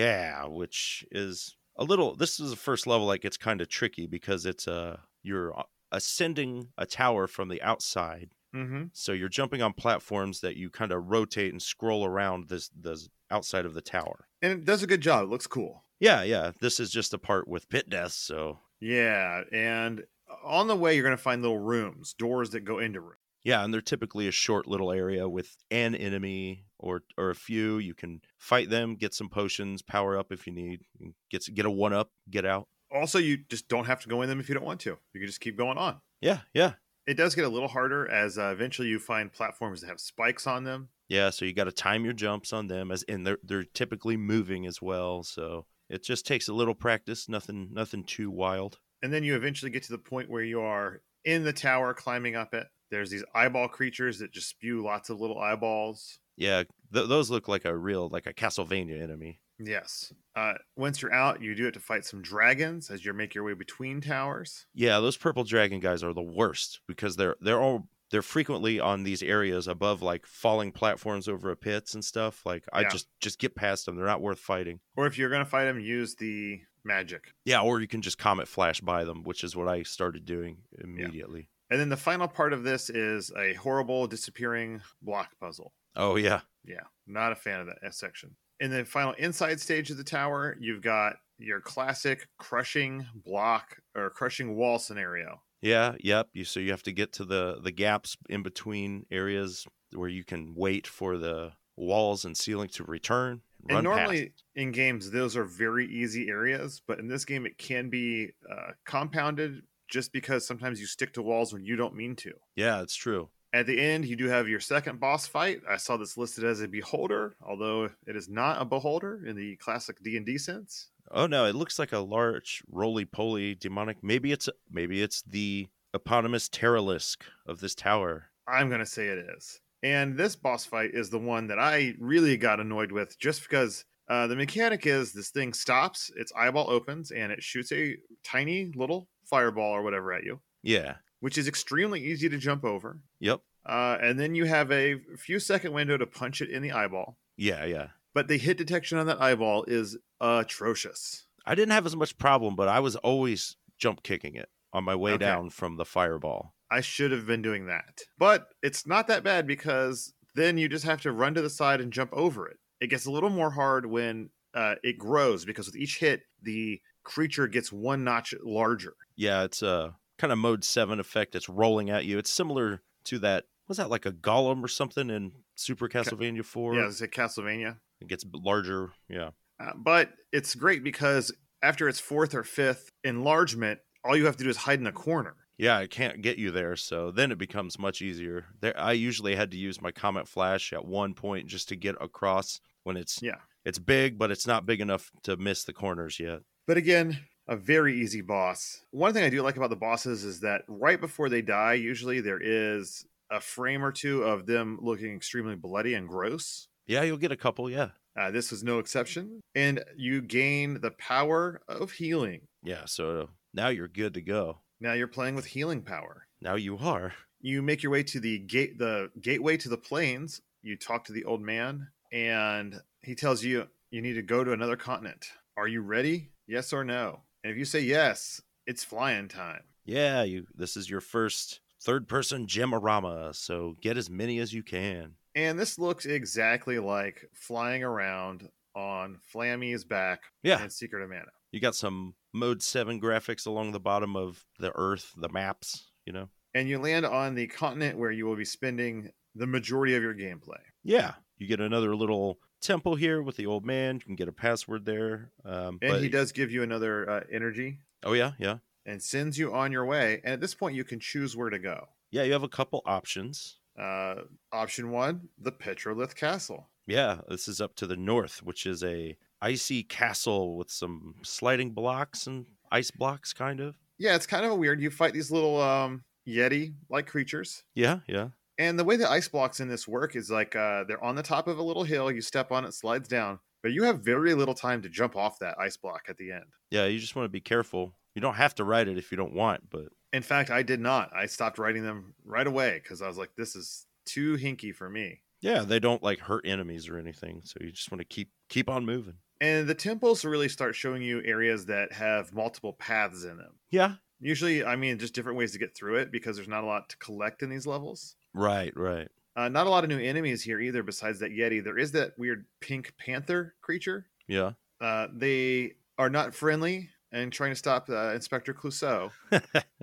Yeah, which is a little. This is the first level that gets kind of tricky because it's uh you're uh, ascending a tower from the outside.
Mm-hmm.
So you're jumping on platforms that you kind of rotate and scroll around this the outside of the tower.
And it does a good job. It looks cool.
Yeah, yeah. This is just a part with pit deaths, so
Yeah, and on the way you're going to find little rooms, doors that go into rooms.
yeah, and they're typically a short little area with an enemy or or a few. You can fight them, get some potions, power up if you need, and get s- get a one up, get out.
Also, you just don't have to go in them if you don't want to. You can just keep going on.
Yeah, yeah,
It does get a little harder as uh, eventually you find platforms that have spikes on them.
yeah. So you got to time your jumps on them, as and they're they're typically moving as well. So it just takes a little practice. Nothing nothing too wild.
And then you eventually get to the point where you are in the tower climbing up it. There's these eyeball creatures that just spew lots of little eyeballs.
Yeah, th- those look like a real like a Castlevania enemy.
Yes. Uh, once you're out, you do it to fight some dragons as you make your way between towers.
Yeah, those purple dragon guys are the worst because they're they're all they're frequently on these areas above like falling platforms over pits and stuff. Like I
Yeah.
just just get past them. They're not worth fighting.
Or if you're gonna fight him, use the magic.
Yeah, or you can just comet flash by them, which is what I started doing immediately.
And then the final part of this is a horrible disappearing block puzzle.
Oh yeah.
Yeah, not a fan of that S section. In the final inside stage of the tower, you've got your classic crushing block or crushing wall scenario.
Yeah, yep. You so you have to get to the the gaps in between areas where you can wait for the walls and ceiling to return.
and
run
normally
past.
in games, those are very easy areas, but in this game, it can be uh, compounded just because sometimes you stick to walls when you don't mean to.
Yeah, it's true.
At the end, you do have your second boss fight. I saw this listed as a beholder, although it is not a beholder in the classic D and D sense.
Oh no, it looks like a large roly poly demonic. Maybe it's maybe it's the eponymous Terralisk of this tower.
I'm gonna say it is. And this boss fight is the one that I really got annoyed with, just because uh, the mechanic is this thing stops, its eyeball opens, and it shoots a tiny little fireball or whatever at you,
Yeah.
which is extremely easy to jump over.
Yep.
Uh, and then you have a few second window to punch it in the eyeball,
Yeah, yeah.
but the hit detection on that eyeball is atrocious.
I didn't have as much problem, but I was always jump kicking it on my way
Okay.
down from the fireball.
I should have been doing that. But it's not that bad because then you just have to run to the side and jump over it. It gets a little more hard when uh, it grows because with each hit, the creature gets one notch larger.
Yeah, it's a kind of mode seven effect. It's rolling at you. It's similar to that. Was that like a golem or something in Super Castlevania Four?
yeah, it's like Castlevania.
it gets larger. Yeah,
Uh, but it's great because after its fourth or fifth enlargement, all you have to do is hide in a corner.
yeah. It can't get you there, so then it becomes much easier. There, I usually had to use my comet flash at one point just to get across when it's
Yeah.
it's big, but it's not big enough to miss the corners yet.
But again, a very easy boss. One thing I do like about the bosses is that right before they die, usually there is a frame or two of them looking extremely bloody and gross.
Yeah, you'll get a couple. Yeah,
Uh, this was no exception. And you gain the power of healing.
yeah. So now you're good to go.
Now you're playing with healing power.
Now you are.
You make your way to the gate, the gateway to the plains. You talk to the old man, and he tells you you need to go to another continent. Are you ready? Yes or no? And if you say yes, it's flying time.
Yeah, you. This is your first third person gemorama, so get as many as you can.
And this looks exactly like flying around on Flammy's back
Yeah.
in Secret of Mana.
You got some mode 7 graphics along the bottom of the earth, the maps, you know.
And you land on the continent where you will be spending the majority of your gameplay.
Yeah, you get another little temple here with the old man, you can get a password there. Um
And
but-
he does give you another uh, energy
Oh yeah, yeah.
and sends you on your way. And at this point, you can choose where to go.
Yeah, you have a couple options.
Uh, option one, the Petrolith Castle.
Yeah, this is up to the north, which is a icy castle with some sliding blocks and ice blocks kind of.
Yeah, it's kind of weird. You fight these little um, Yeti like creatures.
Yeah, yeah.
And the way the ice blocks in this work is like uh, they're on the top of a little hill. You step on it, slides down, but you have very little time to jump off that ice block at the end.
Yeah, you just want to be careful. You don't have to ride it if you don't want, but
In fact, I did not. I stopped writing them right away because I was like, this is too hinky for me.
yeah, they don't like hurt enemies or anything, so you just want to keep keep on moving.
And the temples really start showing you areas that have multiple paths in them.
Yeah.
Usually, I mean, just different ways to get through it because there's not a lot to collect in these levels.
Right, right.
Uh, not a lot of new enemies here either, besides that Yeti. There is that weird pink panther creature.
Yeah.
Uh, they are not friendly and trying to stop uh, Inspector Clouseau.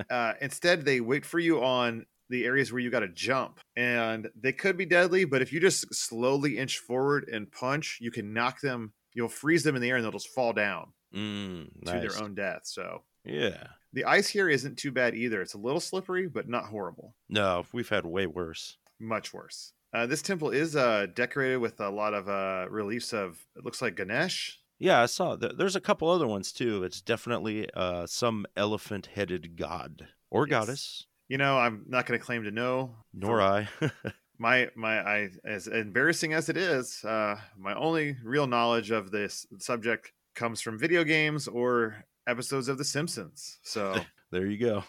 uh, instead, they wait for you on the areas where you got to jump, and they could be deadly. But if you just slowly inch forward and punch, you can knock them. You'll freeze them in the air, and they'll just fall down
Mm,
to
nice.
their own death. So
Yeah.
the ice here isn't too bad either. It's a little slippery, but not horrible.
No, we've had way worse.
Much worse. Uh, this temple is uh, decorated with a lot of uh, reliefs of it looks like Ganesh.
Yeah, I saw. Th- there's a couple other ones too. It's definitely uh, some elephant-headed god or
Yes.
goddess,
You know, I'm not going to claim to know
nor I.
my my I as embarrassing as it is, uh, my only real knowledge of this subject comes from video games or episodes of The Simpsons. So
there you go.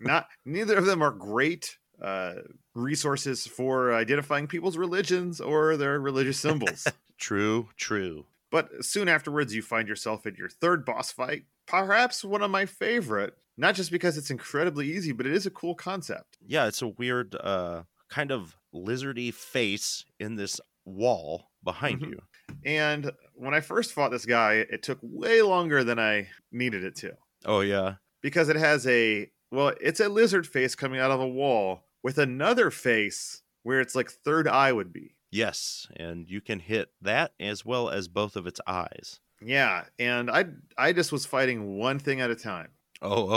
not neither of them are great, uh, resources for identifying people's religions or their religious symbols.
True, true.
But soon afterwards, you find yourself in your third boss fight, perhaps one of my favorite. Not just because it's incredibly easy, but it is a cool concept.
Yeah, it's a weird uh kind of lizardy face in this wall behind
Mhm.
you.
And when I first fought this guy, it took way longer than I needed it to
Oh yeah.
because it has a well, it's a lizard face coming out of a wall with another face where it's like third eye would be.
Yes, and you can hit that as well as both of its eyes.
Yeah, and I I just was fighting one thing at a time,
Oh,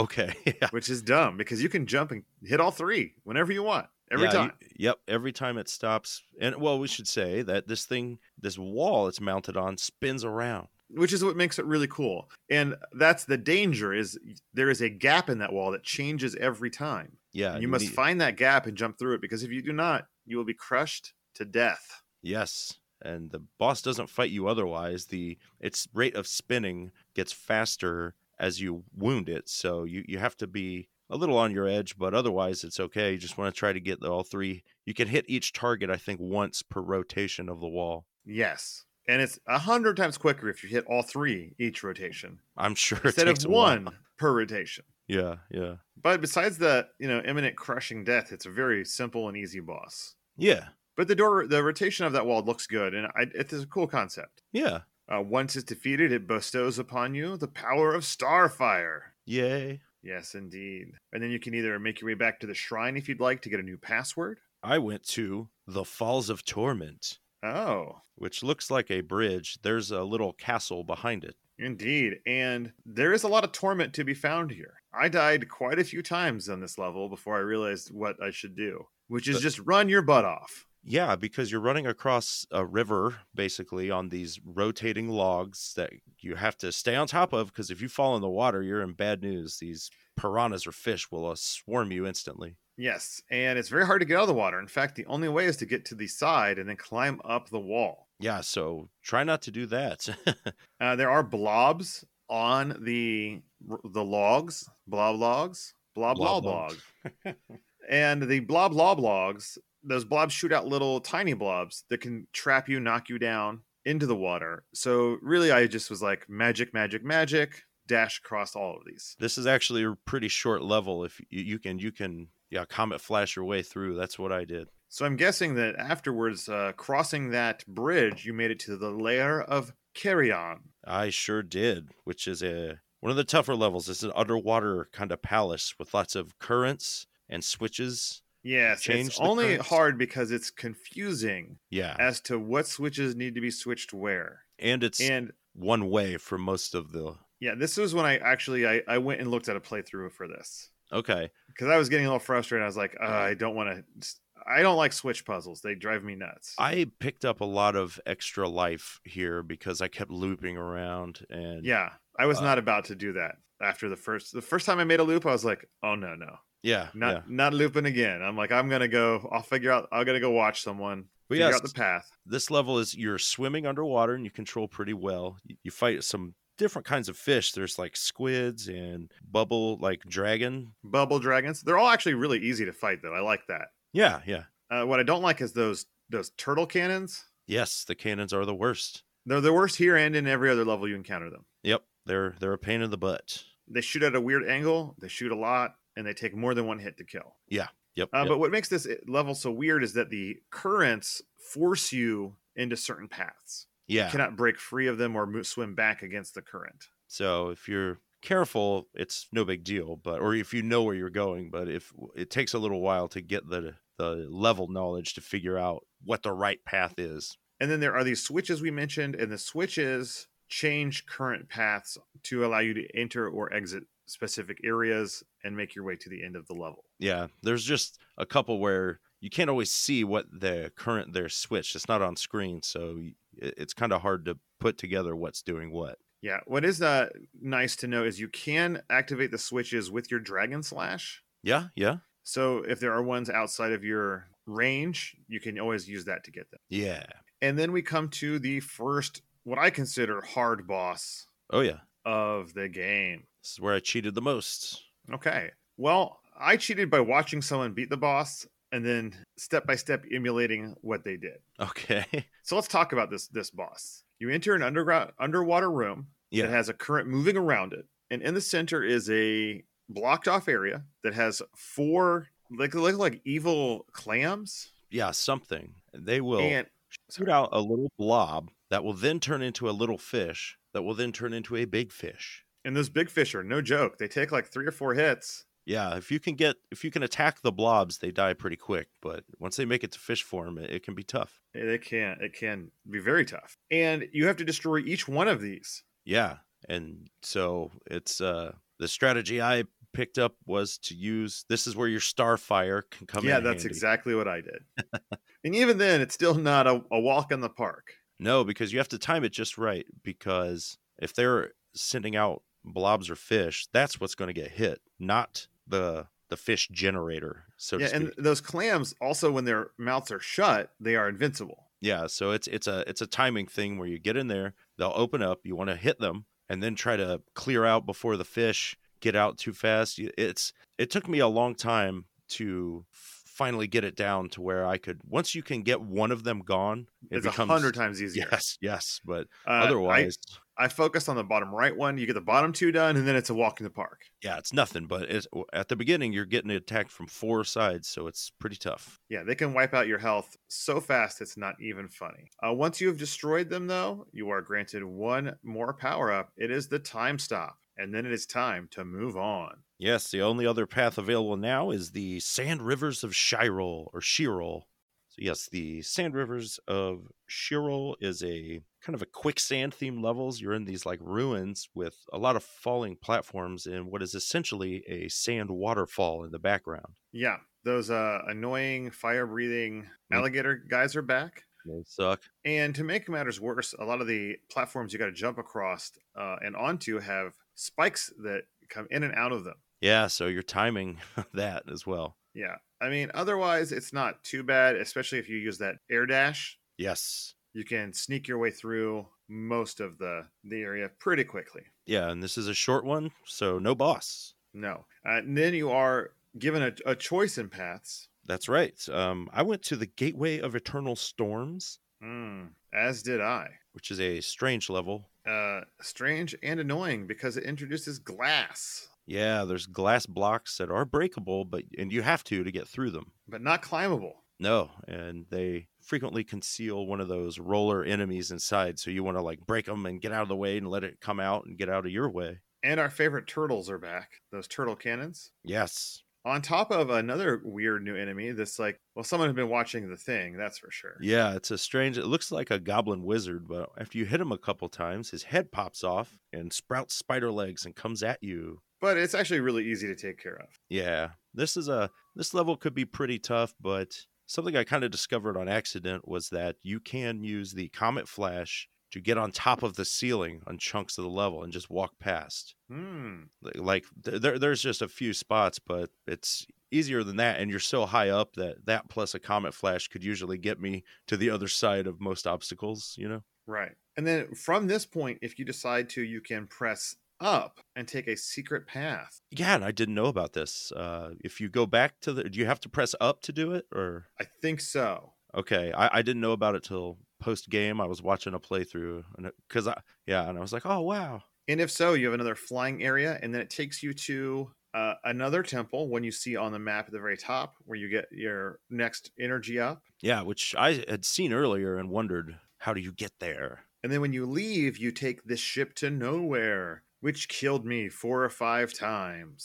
okay. yeah.
which is dumb because you can jump and hit all three whenever you want every
Yeah, you-
time.
yep, every time it stops. And well, we should say that this thing, this wall it's mounted on spins around.
which is what makes it really cool and that's the danger is there is a gap in that wall that changes every time
Yeah.
you must
need-
find that gap and jump through it because if you do not you will be crushed to death
Yes. And the boss doesn't fight you otherwise. The its rate of spinning gets faster as you wound it, so you, you have to be a little on your edge, but otherwise it's okay. You just want to try to get the, all three. You can hit each target, I think, once per rotation of the wall.
yes and it's a hundred times quicker if you hit all three each rotation
I'm sure it
instead of
takes a while.
one per rotation
Yeah, yeah,
but besides the you know imminent crushing death it's a very simple and easy boss
yeah,
but the door the rotation of that wall looks good and I, it's a cool concept
yeah.
uh, once it's defeated it bestows upon you the power of starfire
Yay!
Yes, indeed. And then you can either make your way back to the shrine if you'd like to get a new password.
I went to the Falls of Torment,
Oh,
which looks like a bridge. There's a little castle behind it.
indeed. And there is a lot of torment to be found here. I died quite a few times on this level before I realized what I should do, which is
But-
just run your butt off.
Yeah, because you're running across a river basically on these rotating logs that you have to stay on top of because if you fall in the water, you're in bad news. These piranhas or fish will uh, swarm you instantly.
Yes, and it's very hard to get out of the water. In fact, the only way is to get to the side and then climb up the wall.
Yeah, so try not to do that.
Uh, there are blobs on the the logs, blob logs, blob blob
Blob
log,
logs.
and the blob blob logs. Those blobs shoot out little tiny blobs that can trap you, knock you down into the water. So really, I just was like magic, magic, magic, dash across all of these.
this is actually a pretty short level. If you, you can, you can, yeah, comet flash your way through. That's what I did.
So I'm guessing that afterwards, uh, crossing that bridge, you made it to the lair of carrion.
I sure did, which is a one of the tougher levels. It's an underwater kind of palace with lots of currents and switches.
Yes,
Change
it's
the
only
currents?
hard because it's confusing
Yeah,
as to what switches need to be switched where.
and it's
And
one way for most of the.
yeah, this was when I actually I, I went and looked at a playthrough for this
Okay,
because I was getting a little frustrated. I was like, uh, I don't want to. I don't like switch puzzles. They drive me nuts.
I picked up a lot of extra life here because I kept looping around and
yeah, I was
Uh,
not about to do that after the first. The first time I made a loop, I was like, oh no, no,
yeah,
not
yeah.
not looping again. I'm like, I'm gonna go. I'll figure out. I'm gonna go watch someone
But
figure
yes,
out the path.
this level is you're swimming underwater and you control pretty well. You, you fight some different kinds of fish. There's like squids and bubble like dragon.
Bubble dragons. They're all actually really easy to fight though. I like that.
Yeah, yeah.
Uh, what I don't like is those those turtle cannons.
Yes, the cannons are the worst.
They're the worst here and in every other level you encounter them.
Yep, they're they're a pain in the butt.
They shoot at a weird angle, they shoot a lot, and they take more than one hit to kill.
Yep.
Uh,
yep.
But what makes this level so weird is that the currents force you into certain paths.
yeah.
You cannot break free of them or mo- swim back against the current.
so if you're careful, it's no big deal. But or if you know where you're going, but if it takes a little while to get the the level knowledge to figure out what the right path is.
And then there are these switches we mentioned, and the switches change current paths to allow you to enter or exit specific areas and make your way to the end of the level.
Yeah, there's just a couple where you can't always see what the current their switch. It's not on screen, so y- it- it's kind of hard to put together what's doing what.
Yeah, what is uh, nice to know is you can activate the switches with your dragon slash.
Yeah, yeah,
So if there are ones outside of your range, you can always use that to get them.
yeah.
And then we come to the first, what I consider hard boss
Oh yeah,
of the game.
this is where I cheated the most.
Okay. Well, I cheated by watching someone beat the boss and then step by step emulating what they did.
Okay.
So let's talk about this this boss. You enter an underground underwater room
Yeah.
that has a current moving around it, and in the center is a blocked off area that has four like look like evil clams.
Yeah, something. They will
and
shoot out a little blob that will then turn into a little fish that will then turn into a big fish.
and those big fish are no joke. They take like three or four hits.
Yeah, if you can get if you can attack the blobs, they die pretty quick, but once they make it to fish form, it, it can be tough.
It can it can be very tough, and you have to destroy each one of these.
Yeah. And so it's uh the strategy I picked up was to use this is where your starfire can come
yeah,
in.
that's
handy.
exactly what I did. and even then, it's still not a, a walk in the park.
No, because you have to time it just right because if they're sending out blobs or fish, that's what's going to get hit, not the the fish generator, so
yeah,
to speak.
and those clams also, when their mouths are shut, they are invincible.
Yeah, so it's it's a it's a timing thing where you get in there, they'll open up, you want to hit them, and then try to clear out before the fish get out too fast. You- It's it took me a long time to f- finally get it down to where I could. Once you can get one of them gone, it
It's a
becomes
hundred times easier.
Yes, yes, but
Uh, I-
otherwise,
I, focused on the bottom right one. You get the bottom two done, and then it's a walk in the park.
yeah, it's nothing. But it's, at the beginning, you're getting attacked from four sides, so it's pretty tough.
Yeah, they can wipe out your health so fast it's not even funny. Uh, once you have destroyed them, though, you are granted one more power up. It is the time stop, and then it is time to move on.
Yes, the only other path available now is the Sand Rivers of Shirol or Shirol. So yes, the Sand Rivers of Shirol is a kind of a quicksand themed levels. You're in these like ruins with a lot of falling platforms and what is essentially a sand waterfall in the background.
Yeah, those uh, annoying fire breathing alligator guys are back.
They suck.
And to make matters worse, a lot of the platforms you got to jump across uh, and onto have spikes that come in and out of them.
Yeah, so you're timing that as well.
Yeah. I mean, otherwise, it's not too bad, especially if you use that air dash.
Yes.
You can sneak your way through most of the, the area pretty quickly.
Yeah, and this is a short one, so no boss.
No. Uh, and then you are given a, a choice in paths,
That's right. Um, I went to the Gateway of Eternal Storms,
mm, as did I.
which is a strange level.
Uh, strange and annoying because it introduces glass,
Yeah, there's glass blocks that are breakable, but and you have to to get through them.
but not climbable.
No, and they frequently conceal one of those roller enemies inside, so you want to like break them and get out of the way and let it come out and get out of your way.
And our favorite turtles are back, those turtle cannons.
Yes.
On top of another weird new enemy that's like, well, someone had been watching the thing, that's for sure.
Yeah, it's a strange. It looks like a goblin wizard, but after you hit him a couple times, his head pops off and sprouts spider legs and comes at you.
But it's actually really easy to take care of.
Yeah. This is a this level could be pretty tough, but something I kind of discovered on accident was that you can use the comet flash to get on top of the ceiling on chunks of the level and just walk past.
Hmm.
Like- Like th- there there's just a few spots, but it's easier than that and you're so high up that that plus a comet flash could usually get me to the other side of most obstacles, you know.
Right. And then from this point, if you decide to, you can press up and take a secret path.
Yeah, and I didn't know about this. Uh, if you go back to the, do you have to press up to do it, or
I think so.
okay i, I didn't know about it till post game i was watching a playthrough and because i yeah and i was like oh wow
And if so, you have another flying area, and then it takes you to uh, another temple when you see on the map at the very top where you get your next energy up.
yeah which i had seen earlier and wondered how do you get there
And then when you leave, you take this ship to nowhere, which killed me four or five times.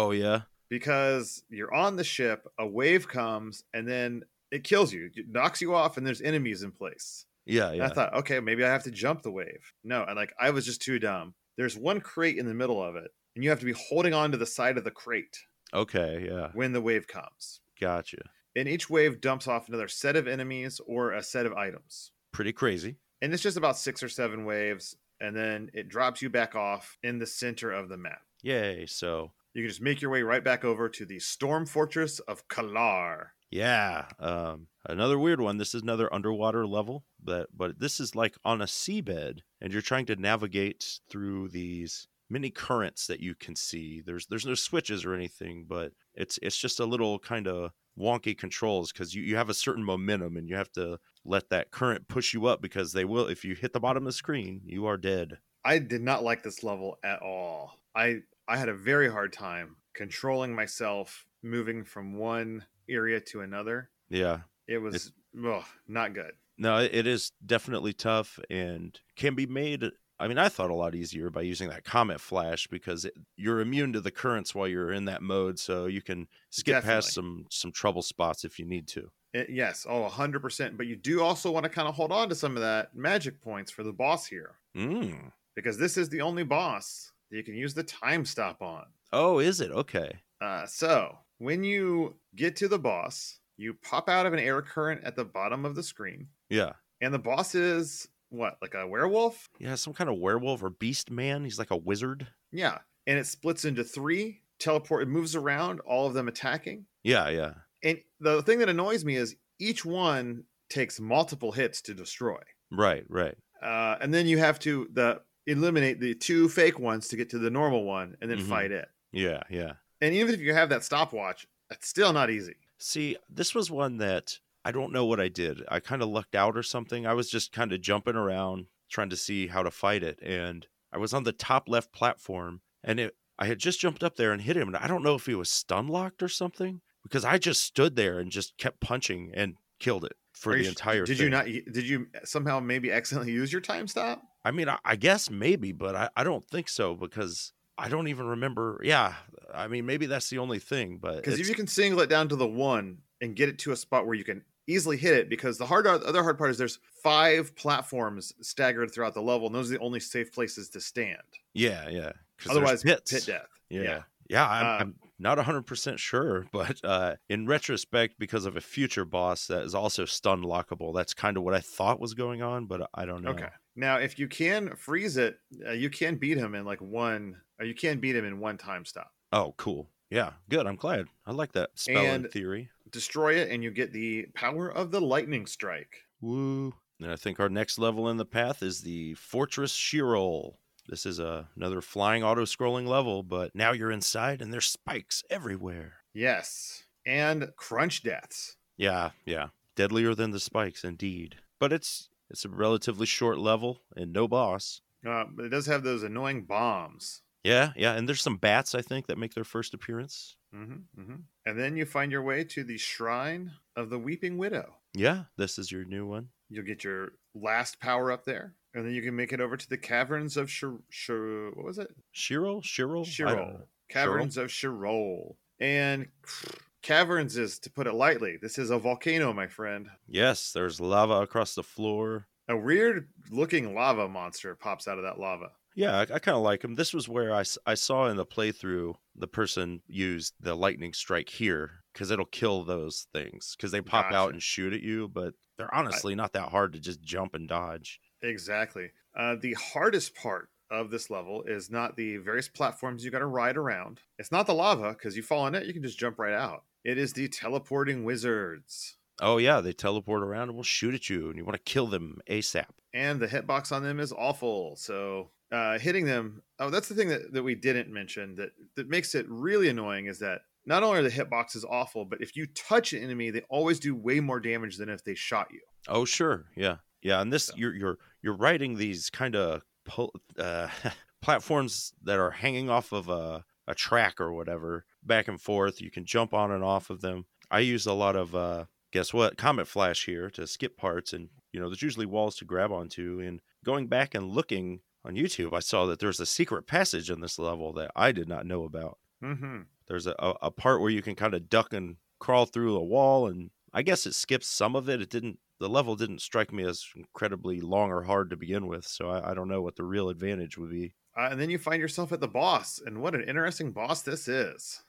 oh yeah
Because you're on the ship, a wave comes, and then it kills you, it knocks you off, and there's enemies in place.
yeah
And
yeah
I thought, okay, maybe I have to jump the wave. No, and like I was just too dumb. There's one crate in the middle of it, and you have to be holding on to the side of the crate
okay yeah
when the wave comes.
gotcha
And each wave dumps off another set of enemies or a set of items.
pretty crazy
And it's just about six or seven waves, and then it drops you back off in the center of the map.
yay so
You can just make your way right back over to the Storm Fortress of Kalar.
yeah um another weird one this is another underwater level but but this is like on a seabed and you're trying to navigate through these many currents that you can see. There's there's no switches or anything, but it's it's just a little kind of wonky controls because you, you have a certain momentum and you have to let that current push you up because they will if you hit the bottom of the screen, you are dead.
I did not like this level at all. I I had a very hard time controlling myself moving from one area to another.
Yeah.
It was ugh, not good.
No, it is definitely tough and can be made. I mean, I thought a lot easier by using that comet flash because it, you're immune to the currents while you're in that mode, so you can skip
Definitely.
past some some trouble spots if you need to.
It, yes, oh, 100%. But you do also want to kind of hold on to some of that magic points for the boss here
Mm.
because this is the only boss that you can use the time stop on.
Oh, is it okay?
Uh, so when you get to the boss, you pop out of an air current at the bottom of the screen,
Yeah,
and the boss is what, like a werewolf?
yeah, some kind of werewolf or beast man. He's like a wizard.
Yeah, and it splits into three. Teleport. It moves around, all of them attacking.
Yeah, yeah.
And the thing that annoys me is each one takes multiple hits to destroy.
Right, right.
Uh, and then you have to the eliminate the two fake ones to get to the normal one, and then
Mhm.
fight it.
Yeah, yeah.
And even if you have that stopwatch, it's still not easy.
See, this was one that I don't know what I did. I kind of lucked out or something. I was just kind of jumping around trying to see how to fight it and I was on the top left platform and it I had just jumped up there and hit him and I don't know if he was stun locked or something because I just stood there and just kept punching and killed it for
Are you sh-
the entire
Did you
thing.
not? Did you somehow maybe accidentally use your time stop?
I mean, I, I guess maybe, but I, I don't think so because I don't even remember. Yeah, I mean, maybe that's the only thing, but
Because if
it's-
you can single it down to the one and get it to a spot where you can easily hit it, because the hard the other hard part is there's five platforms staggered throughout the level, and those are the only safe places to stand.
yeah, yeah. 'cause there's
Otherwise,
pits.
pit death.
Yeah. Yeah. I'm,
Uh,
I'm not 100% sure, but uh, in retrospect, because of a future boss that is also stun lockable, that's kind of what I thought was going on, but I don't know.
Okay. Now, if you can freeze it, uh, you can beat him in like one. Or you can beat him in one time stop.
Oh, cool. Yeah, good. I'm glad. I like that spell
And-
in theory.
Destroy it, and you get the power of the lightning strike.
Woo. And I think our next level in the path is the Fortress Shirol. This is a, another flying auto scrolling level, but now you're inside and there's spikes everywhere.
Yes, and crunch deaths.
Yeah, yeah. Deadlier than the spikes, indeed. But it's it's a relatively short level and no boss.
Uh, but it does have those annoying bombs.
Yeah, yeah, and there's some bats I think that make their first appearance.
hmm hmm And then you find your way to the shrine of the weeping widow.
Yeah, this is your new one.
You'll get your last power up there, and then you can make it over to the caverns of Shir- Shir- what was it?
Shiro, Shiro, Oh, I don't
Shirol.
know.
Caverns of Shirol. And caverns is, to put it lightly, this is a volcano, my friend.
Yes, there's lava across the floor.
A weird looking lava monster pops out of that lava.
Yeah, I, I kind of like him. This was where I, s- I saw in the playthrough the person used the lightning strike here because it'll kill those things because they pop
Gotcha.
out and shoot at you, but they're honestly not that hard to just jump and dodge.
Exactly. Uh, the hardest part of this level is not the various platforms you got to ride around. It's not the lava because you fall in it, you can just jump right out. It is the teleporting wizards,
Oh, yeah, they teleport around and will shoot at you, and you want to kill them ASAP.
and the hitbox on them is awful. So uh, hitting them. Oh, that's the thing that, that we didn't mention that that makes it really annoying is that not only are the hitboxes awful, but if you touch an enemy, they always do way more damage than if they shot you.
Oh sure, yeah, yeah. And this
So-
you're you're you're writing these kind of po- uh, platforms that are hanging off of a a track or whatever, back and forth. You can jump on and off of them. I use a lot of uh, guess what, Comet Flash here to skip parts, and you know there's usually walls to grab onto. And going back and looking on YouTube, I saw that there's a secret passage in this level that I did not know about
Mm-hmm.
there's a, a, a part where you can kind of duck and crawl through a wall and i guess it skips some of it it didn't the level didn't strike me as incredibly long or hard to begin with so i, I don't know what the real advantage would be
Uh, and then you find yourself at the boss, and what an interesting boss this is.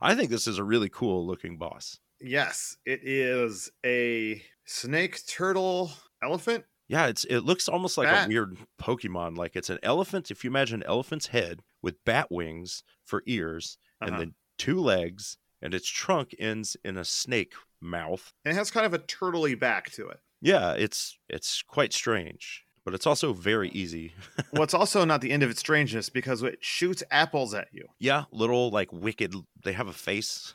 i think this is a really cool looking boss
Yes, it is a snake, turtle, elephant.
yeah it's it looks almost like
Bat.
a weird pokemon like it's an elephant if you imagine an elephant's head with bat wings for ears
Uh-huh.
and then two legs and its trunk ends in a snake mouth
And it has kind of a turtley back to it.
yeah it's it's quite strange but it's also very easy.
well, it's also not the end of its strangeness because it shoots apples at you.
Yeah, little like wicked. They have a face.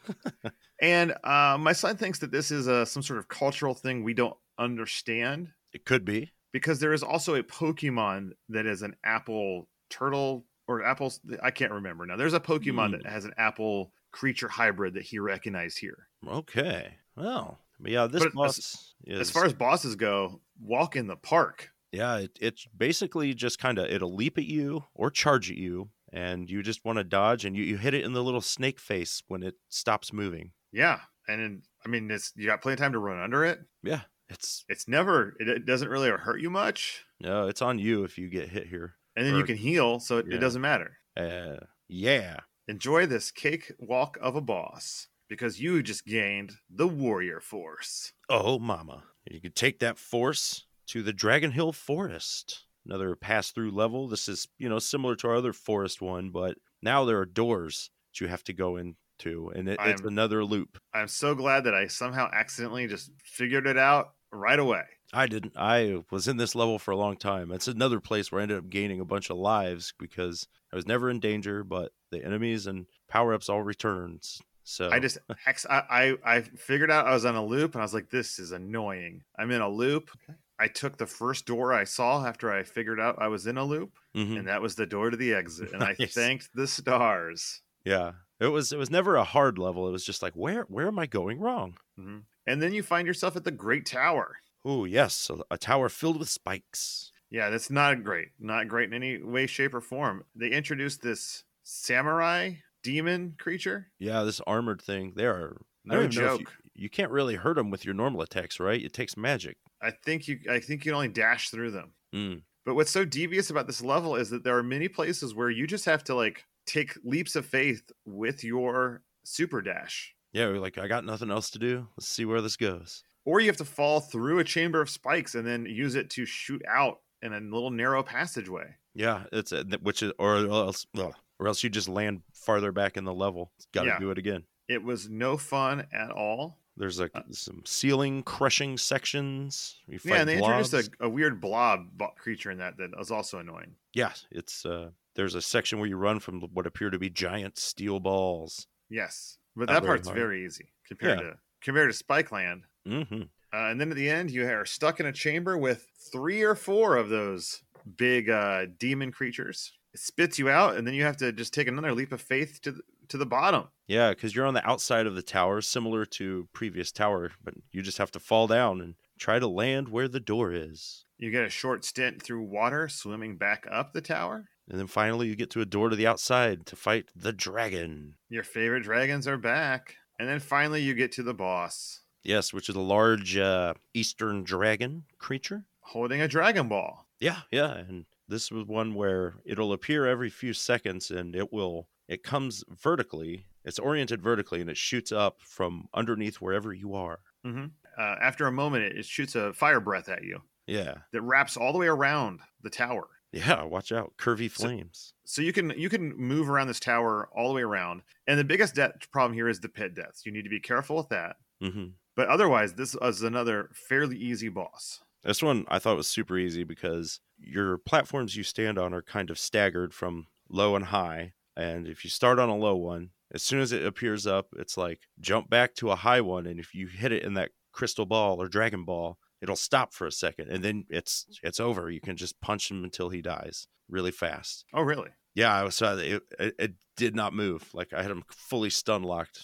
And uh, my son thinks that this is a, some sort of cultural thing we don't understand
It could be.
because there is also a Pokemon that is an apple turtle or apples. I can't remember now. There's a
Hmm.
Pokemon that has an apple creature hybrid that he recognized here.
Okay. Well, but yeah, this
But as-
boss is
As far as bosses go, walk in the park.
yeah, it, it's basically just kind of it'll leap at you or charge at you, and you just want to dodge, and you you hit it in the little snake face when it stops moving.
Yeah, and in, I mean, it's you got plenty of time to run under it.
Yeah, it's
It's never. It, it doesn't really hurt you much,
no, it's on you if you get hit here.
and then you
Or-
can heal, so it,
yeah.
it doesn't matter.
Uh, yeah,
Enjoy this cake walk of a boss because you just gained the warrior force.
Oh, mama. You can take that force to the Dragon Hill Forest. Another pass through level. This is, you know, similar to our other forest one, but now there are doors that you have to go into, and it, it's
I'm-
another loop.
I'm so glad that I somehow accidentally just figured it out right away.
I didn't, I was in this level for a long time. It's another place where I ended up gaining a bunch of lives because I was never in danger, but the enemies and power ups all returns. So
I just ex- I, I I figured out I was on a loop and I was like, this is annoying. I'm in a loop. I took the first door I saw after I figured out I was in a loop,
Mhm.
and that was the door to the exit. And I
Nice.
thanked the stars.
yeah, it was, it was never a hard level. It was just like, where, where am I going wrong?
Mm-hmm. And then you find yourself at the Great Tower.
Oh, yes, a, a tower filled with spikes.
Yeah, that's not great. Not great in any way, shape, or form. They introduced this samurai demon creature.
Yeah, this armored thing. They are I
No
don't even know if
joke.
You, you can't really hurt them with your normal attacks, right? It takes magic.
I think you I think you can only dash through them.
Mm.
But what's so devious about this level is that there are many places where you just have to like take leaps of faith with your super dash,
Yeah, we're like I got nothing else to do. Let's see where this goes.
or you have to fall through a chamber of spikes and then use it to shoot out in a little narrow passageway.
Yeah, it's a, th- which is or else ugh, or else you just land farther back in the level. Got to
Yeah.
do it again.
It was no fun at all.
There's like some ceiling crushing sections. You fight
yeah, and they
blobs.
introduced a, a weird blob bo- creature in that that was also annoying.
yeah, it's uh there's a section where you run from what appear to be giant steel balls.
Yes, but
Not
that
very
part's
hard.
very easy compared to compared to Spike Land.
Mhm.
Uh, and then at the end, you are stuck in a chamber with three or four of those big uh, demon creatures. It spits you out, and then you have to just take another leap of faith to the, to the bottom.
Yeah, because you're on the outside of the tower, similar to previous tower, but you just have to fall down and try to land where the door is.
You get a short stint through water, swimming back up the tower.
And then finally you get to a door to the outside to fight the dragon.
Your favorite dragons are back, and then finally you get to the boss
Yes, which is a large uh, eastern dragon creature.
holding a dragon ball.
Yeah, yeah, and this was one where it'll appear every few seconds and it will it comes vertically. It's oriented vertically and it shoots up from underneath wherever you are.
Uh, after a moment, it, it shoots a fire breath at you
Yeah.
that wraps all the way around the tower.
Yeah, watch out. Curvy flames.
so you can you can move around this tower all the way around and the biggest death problem here is the pit deaths you need to be careful with that
hmm
but otherwise this is another fairly easy boss
This one I thought was super easy because your platforms you stand on are kind of staggered from low and high. And if you start on a low one, as soon as it appears up, it's like jump back to a high one. And if you hit it in that crystal ball or dragon ball, it'll stop for a second and then it's it's over. You can just punch him until he dies really fast.
oh really
Yeah, I was uh, it, it, it did not move. Like I had him fully stun locked.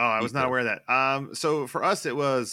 oh i was not
Eco.
aware of that um so for us it was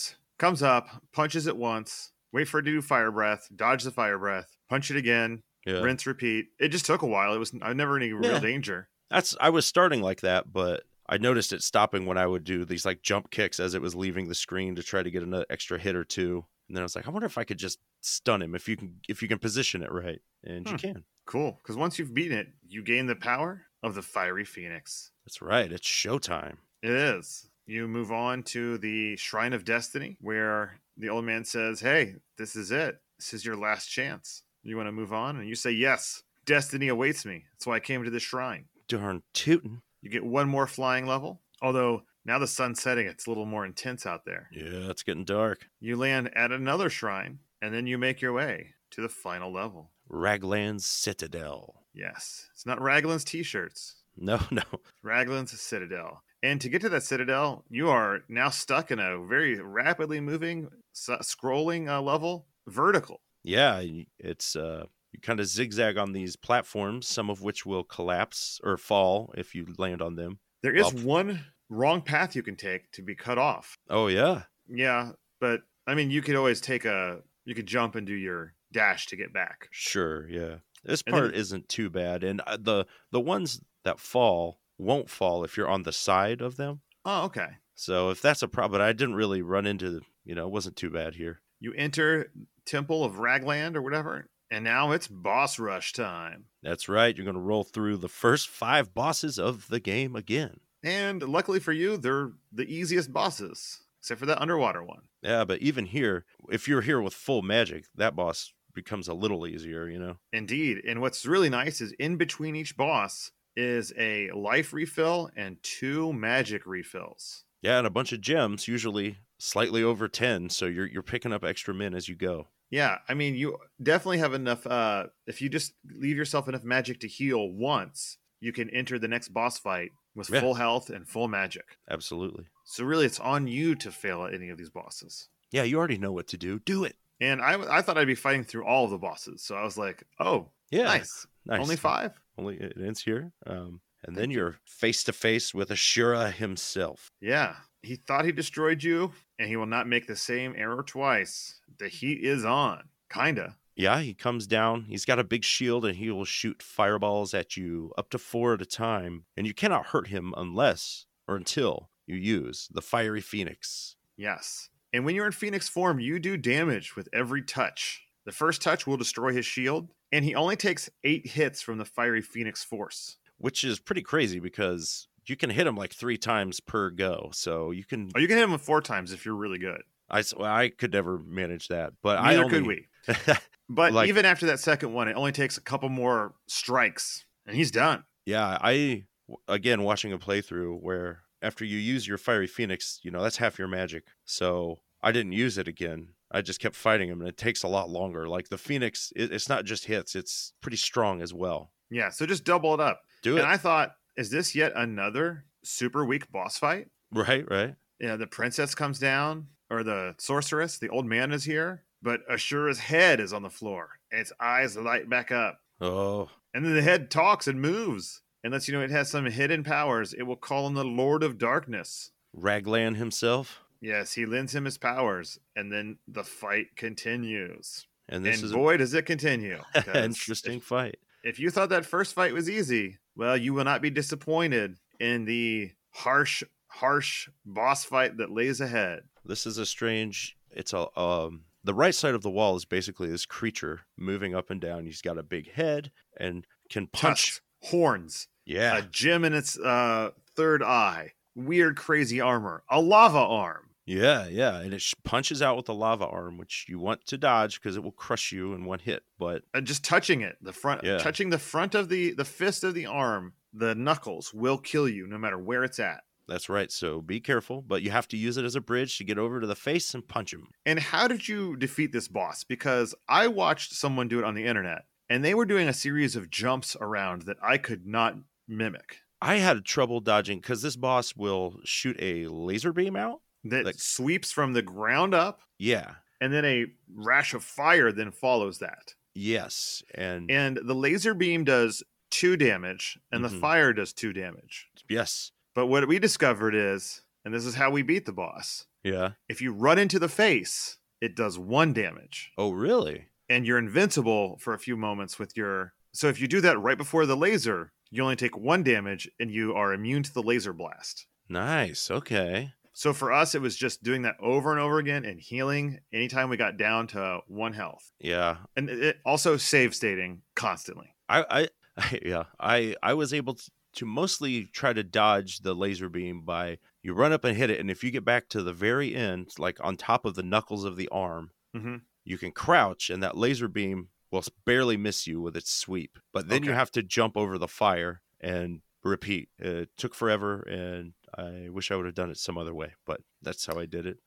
comes up punches it once wait for it to do fire breath dodge the fire breath punch it again
Yeah.
rinse repeat it just took a while it was i never any real
Yeah.
danger
That's I was starting like that, but I noticed it stopping when I would do these like jump kicks as it was leaving the screen to try to get another extra hit or two. And then I was like, I wonder if I could just stun him if you can if you can position it right, and
Hmm.
you can.
cool because once you've beaten it you gain the power of the fiery phoenix
That's right. It's showtime.
It is. You move on to the Shrine of Destiny, where the old man says, Hey, this is it. This is your last chance. You want to move on? And you say, Yes, destiny awaits me. That's why I came to this shrine.
Darn tootin'.
You get one more flying level, although now the sun's setting, it's a little more intense out there.
Yeah, it's getting dark.
You land at another shrine, and then you make your way. to the final level.
Raglan's Citadel.
Yes, it's not Raglan's T-shirts.
No, no.
Raglan's Citadel. And to get to that citadel, you are now stuck in a very rapidly moving, s- scrolling uh, level, vertical.
Yeah, y- it's uh you kind of zigzag on these platforms, some of which will collapse or fall if you land on them.
There is
Up.
one wrong path you can take to be cut off.
Oh yeah.
Yeah, but I mean, you could always take a, you could jump and do your dash to get back.
Sure, yeah. This
And then
part
it-
isn't too bad and uh, the the ones that fall won't fall if you're on the side of them.
Oh, okay.
So if that's a problem, I didn't really run into, you know, it wasn't too bad here.
You enter Temple of Ragland or whatever, and now it's boss rush time.
That's right. You're going to roll through the first 5 bosses of the game again.
And luckily for you, they're the easiest bosses, except for that underwater one.
Yeah, but even here, if you're here with full magic, that boss becomes a little easier, you know.
Indeed. And what's really nice is in between each boss is a life refill and two magic refills.
Yeah, and a bunch of gems, usually slightly over 10, so you're you're picking up extra men as you go.
Yeah, I mean you definitely have enough uh if you just leave yourself enough magic to heal once, you can enter the next boss fight with
Yeah.
full health and full magic.
Absolutely.
So really it's on you to fail at any of these bosses.
Yeah, you already know what to do. Do it.
And I I thought I'd be fighting through all of the bosses. So I was like, "Oh,
Yeah.
nice.
nice.
Only 5?"
Only it ends here. Um and then you're face to face with Ashura himself.
Yeah, he thought he destroyed you, and he will not make the same error twice. The heat is on, kinda.
Yeah, he comes down. He's got a big shield and he will shoot fireballs at you up to four at a time. And you cannot hurt him unless or until you use the Fiery Phoenix.
Yes. And when you're in Phoenix form, you do damage with every touch. The first touch will destroy his shield, and he only takes eight hits from the fiery Phoenix force.
which is pretty crazy because you can hit him like three times per go. So you can,
Oh, you can hit him four times if you're really good.
I, s- well, I could never manage that, but Uh, I
Neither
only,
could we. But
Like-
even after that second one, it only takes a couple more strikes, and he's done.
yeah, I again watching a playthrough where after you use your fiery phoenix, you know that's half your magic. So I didn't use it again. I just kept fighting him, and it takes a lot longer. Like the phoenix, it, it's not just hits; it's pretty strong as well.
Yeah, so just double it up.
Do it
And I thought, is this yet another super weak boss fight?
right, right?
Yeah, the princess comes down, or the sorceress, the old man is here, but Ashura's head is on the floor. and Its eyes light back up.
Oh,
And then the head talks and moves and lets you know it has some hidden powers. It will call on the Lord of Darkness.
Raglan himself,
Yes, he lends him his powers, and then the fight continues.
and this
and
is
boy, does it continue.
an
'cause
interesting
If,
fight.
if you thought that first fight was easy, well, you will not be disappointed in the harsh, harsh boss fight that lays ahead.
This is a strange. It's a um. The right side of the wall is basically this creature moving up and down. He's got a big head and can punch.
Tusks, horns,
Yeah,
a gem in its uh, third eye, weird, crazy armor, a lava arm.
yeah, yeah. And it sh- punches out with a lava arm, which you want to dodge because it will crush you in one hit. But
And Uh, just touching it, the front,
Yeah.
touching the front of the the fist of the arm, the knuckles will kill you no matter where it's at.
that's right. So be careful. But you have to use it as a bridge to get over to the face and punch him.
And how did you defeat this boss? Because I watched someone do it on the internet, and they were doing a series of jumps around that I could not mimic.
I had trouble dodging because this boss will shoot a laser beam out.
That
Like-
sweeps from the ground up,
Yeah.
and then a rash of fire then follows that.
Yes. And,
and the laser beam does two damage and
Mhm.
the fire does two damage
yes.
but what we discovered is and this is how we beat the boss
Yeah.
if you run into the face it does one damage
Oh, really?
and you're invincible for a few moments with your so if you do that right before the laser you only take one damage and you are immune to the laser blast
Nice. Okay.
so for us it was just doing that over and over again and healing anytime we got down to one health
Yeah.
and it- it also save stating constantly
I, I yeah, I I was able to, to mostly try to dodge the laser beam by you run up and hit it, and if you get back to the very end, like on top of the knuckles of the arm,
mm-hmm.
you can crouch, and that laser beam will s- barely miss you with its sweep. But then you
Okay.
have to jump over the fire and repeat. It took forever, and I wish I would have done it some other way, but that's how I did it.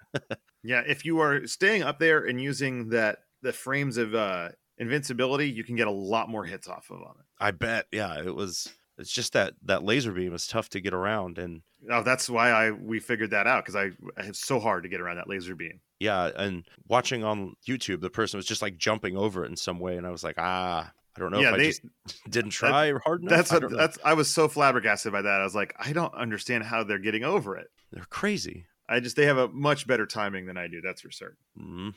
Yeah, if you are staying up there and using that the frames of uh invincibility, you can get a lot more hits off of on it.
I bet. Yeah, it was. It's just that that laser beam is tough to get around, and
Now that's why I we figured that out because I it's so hard to get around that laser beam.
yeah, and watching on YouTube, the person was just like jumping over it in some way, and I was like, ah, I don't know
Yeah,
if
they-
I just didn't try hard enough.
that's
I
what,
don't know.
that's I was so flabbergasted by that. I was like, I don't understand how they're getting over it.
they're crazy.
I just they have a much better timing than I do. That's for certain.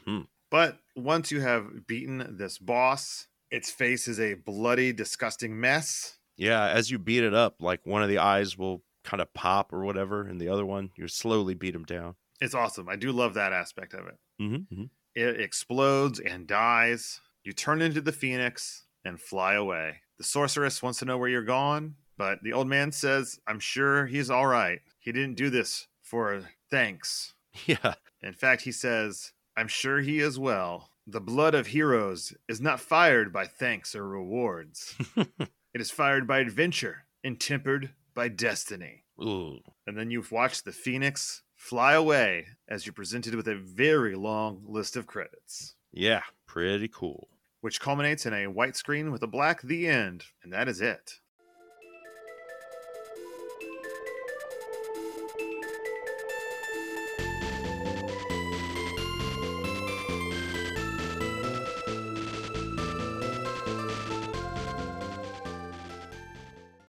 hmm
But once you have beaten this boss, its face is a bloody, disgusting mess.
Yeah, as you beat it up, like one of the eyes will kind of pop or whatever, and the other one you slowly beat them down.
It's awesome. I do love that aspect of it.
Mm-hmm.
It explodes and dies. You turn into the phoenix and fly away. The sorceress wants to know where you're gone, but the old man says, I'm sure he's all right. He didn't do this for thanks.
mm-hmm. Yeah,
In fact, he says, I'm sure he is well. The blood of heroes is not fired by thanks or rewards, it is fired by adventure and tempered by destiny.
Ooh.
And then you've watched the phoenix fly away as you're presented with a very long list of credits
yeah, pretty cool.
which culminates in a white screen with a black the end, and that is it.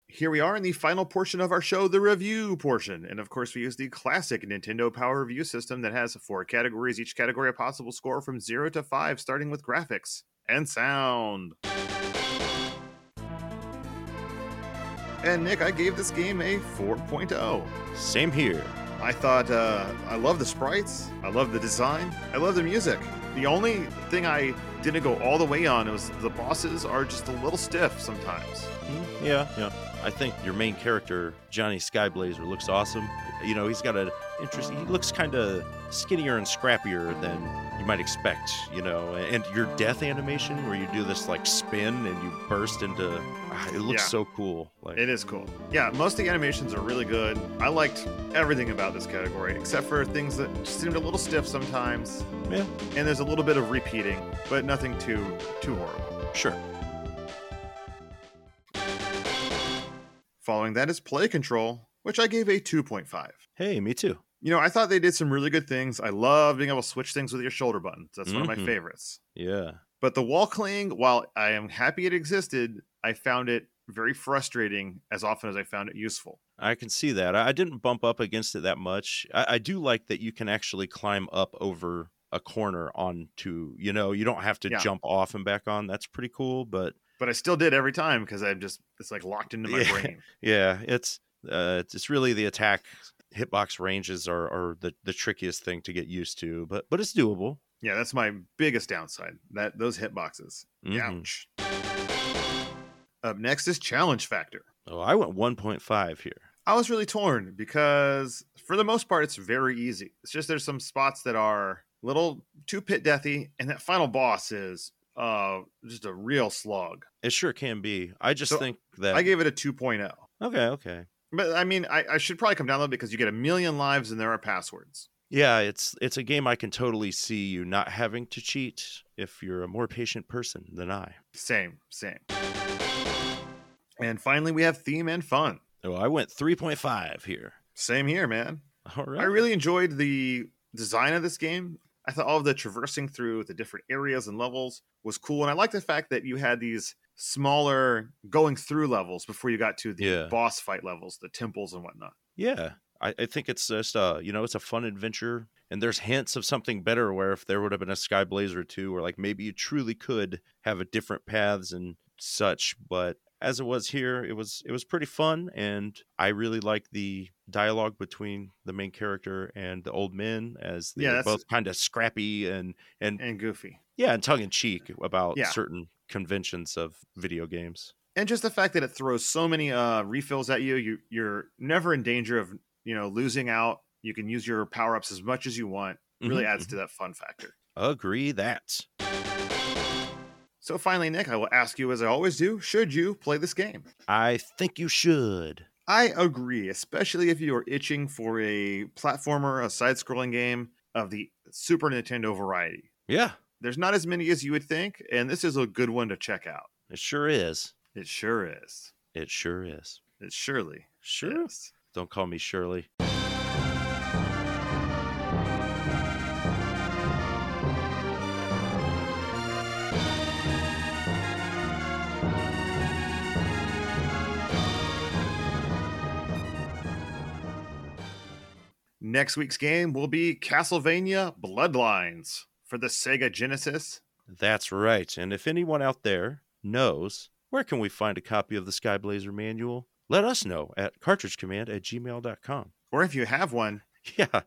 Here we are in the final portion of our show, the review portion. And of course, we use the classic Nintendo Power Review system that has four categories, each category a possible score from 0 to 5, starting with graphics and sound. And Nick, I gave this game a 4.0.
Same here.
I thought uh, I love the sprites, I love the design, I love the music. The only thing I didn't go all the way on was the bosses are just a little stiff sometimes.
Mm, Yeah, yeah. I think your main character, Johnny Skyblazer, looks awesome. You know, he's got an interest. He looks kind of skinnier and scrappier than you might expect. You know, and your death animation where you do this like spin and you burst into. ah, It looks
Yeah.
so cool. Like,
It is cool. Yeah, most of the animations are really good. I liked everything about this category, except for things that just seemed a little stiff sometimes.
Yeah.
And there's a little bit of repeating, but nothing too too horrible.
sure.
Following that is play control, which I gave a 2.5.
Hey, me too.
You know, I thought they did some really good things. I love being able to switch things with your shoulder buttons. That's one of my
Mhm.
favorites.
Yeah.
But the wall cling, while I am happy it existed, I found it very frustrating as often as I found it useful.
I can see that. I I didn't bump up against it that much. I, I do like that you can actually climb up over a corner onto, you know, you don't have to
Yeah.
jump off and back on. That's pretty cool. But
But I still did every time because I'm just it's like locked into my
Yeah.
brain.
yeah, it's uh, it's- it's really the attack hitbox ranges are, are the, the trickiest thing to get used to, but but it's doable.
Yeah, that's my biggest downside. That those hitboxes.
Mhm.
Ouch. Up next is challenge factor.
Oh, I went 1.5 here.
I was really torn because for the most part it's very easy. It's just there's some spots that are little too pit deathy, and that final boss is uh just a real slog.
It sure can be. I just
So,
think that
I gave it a 2.0.
okay, okay.
But I mean, I, I should probably come down though because you get a million lives and there are passwords.
Yeah, it's it's a game I can totally see you not having to cheat if you're a more patient person than I.
Same, same. And finally, we have theme and fun.
Oh, I went 3.5 here.
Same here, man.
All right.
I really enjoyed the design of this game. I thought all of the traversing through the different areas and levels was cool, and I like the fact that you had these smaller going through levels before you got to the
Yeah.
boss fight levels, the temples and whatnot.
Yeah. I, I think it's just uh, you know, it's a fun adventure. And there's hints of something better where if there would have been a Sky Blazer 2, or like maybe you truly could have a different paths and such, but as it was here, it was it was pretty fun and I really like the dialogue between the main character and the old men as
Yeah,
they're
that's-
both kind of scrappy and and
And goofy.
yeah, and tongue in cheek about
Yeah.
certain conventions of video games.
and just the fact that it throws so many uh, refills at you, you you're never in danger of you know losing out. You can use your power ups as much as you want. Really
Mhm.
adds to that fun factor.
Agree that.
So finally, Nick, I will ask you, as I always do, should you play this game?
I think you should.
I agree, especially if you are itching for a platformer, a side-scrolling game of the Super Nintendo variety.
Yeah.
There's not as many as you would think, and this is a good one to check out.
It sure is.
It sure is.
It sure is.
It surely
Sure.
is.
Don't call me Shirley.
Next week's game will be Castlevania Bloodlines for the Sega Genesis.
That's right. And if anyone out there knows where can we find a copy of the Skyblazer manual, let us know at cartridgecommand at gmail.com.
Or if you have one,
Yeah.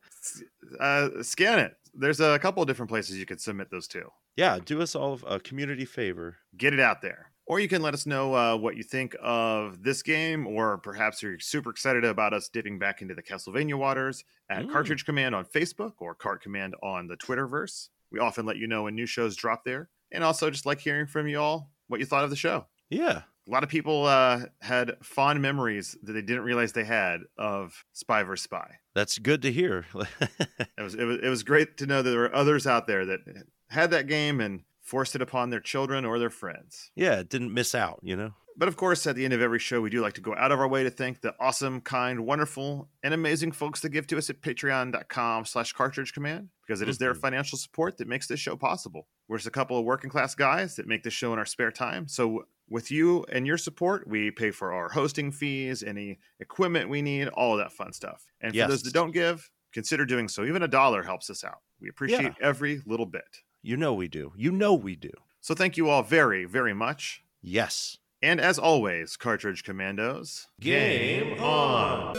uh, scan it. There's a couple of different places you can submit those to.
Yeah. Do us all a community favor.
Get it out there. Or you can let us know uh, what you think of this game, or perhaps you're super excited about us dipping back into the Castlevania waters at
Mm.
Cartridge Command on Facebook or Cart Command on the Twitterverse. We often let you know when new shows drop there. And also just like hearing from you all what you thought of the show.
Yeah.
a lot of people uh, had fond memories that they didn't realize they had of Spy vs. Spy.
That's good to hear.
It was, it was it was great to know that there were others out there that had that game and forced it upon their children or their friends.
yeah. Didn't miss out, you know?
But of course, at the end of every show, we do like to go out of our way to thank the awesome, kind, wonderful, and amazing folks that give to us at patreon.com slash cartridge command because it is their
Mhm.
financial support that makes this show possible. We're just a couple of working class guys that make this show in our spare time. So with you and your support, we pay for our hosting fees, any equipment we need, all of that fun stuff. And for
Yes.
those that don't give, consider doing so. Even a dollar helps us out. We appreciate
Yeah.
every little bit.
You know we do. You know we do.
So thank you all very, very much.
Yes.
And as always, Cartridge Commandos.
Game on!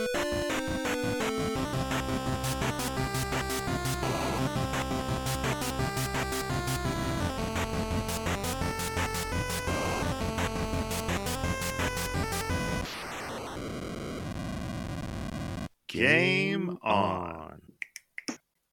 Game on.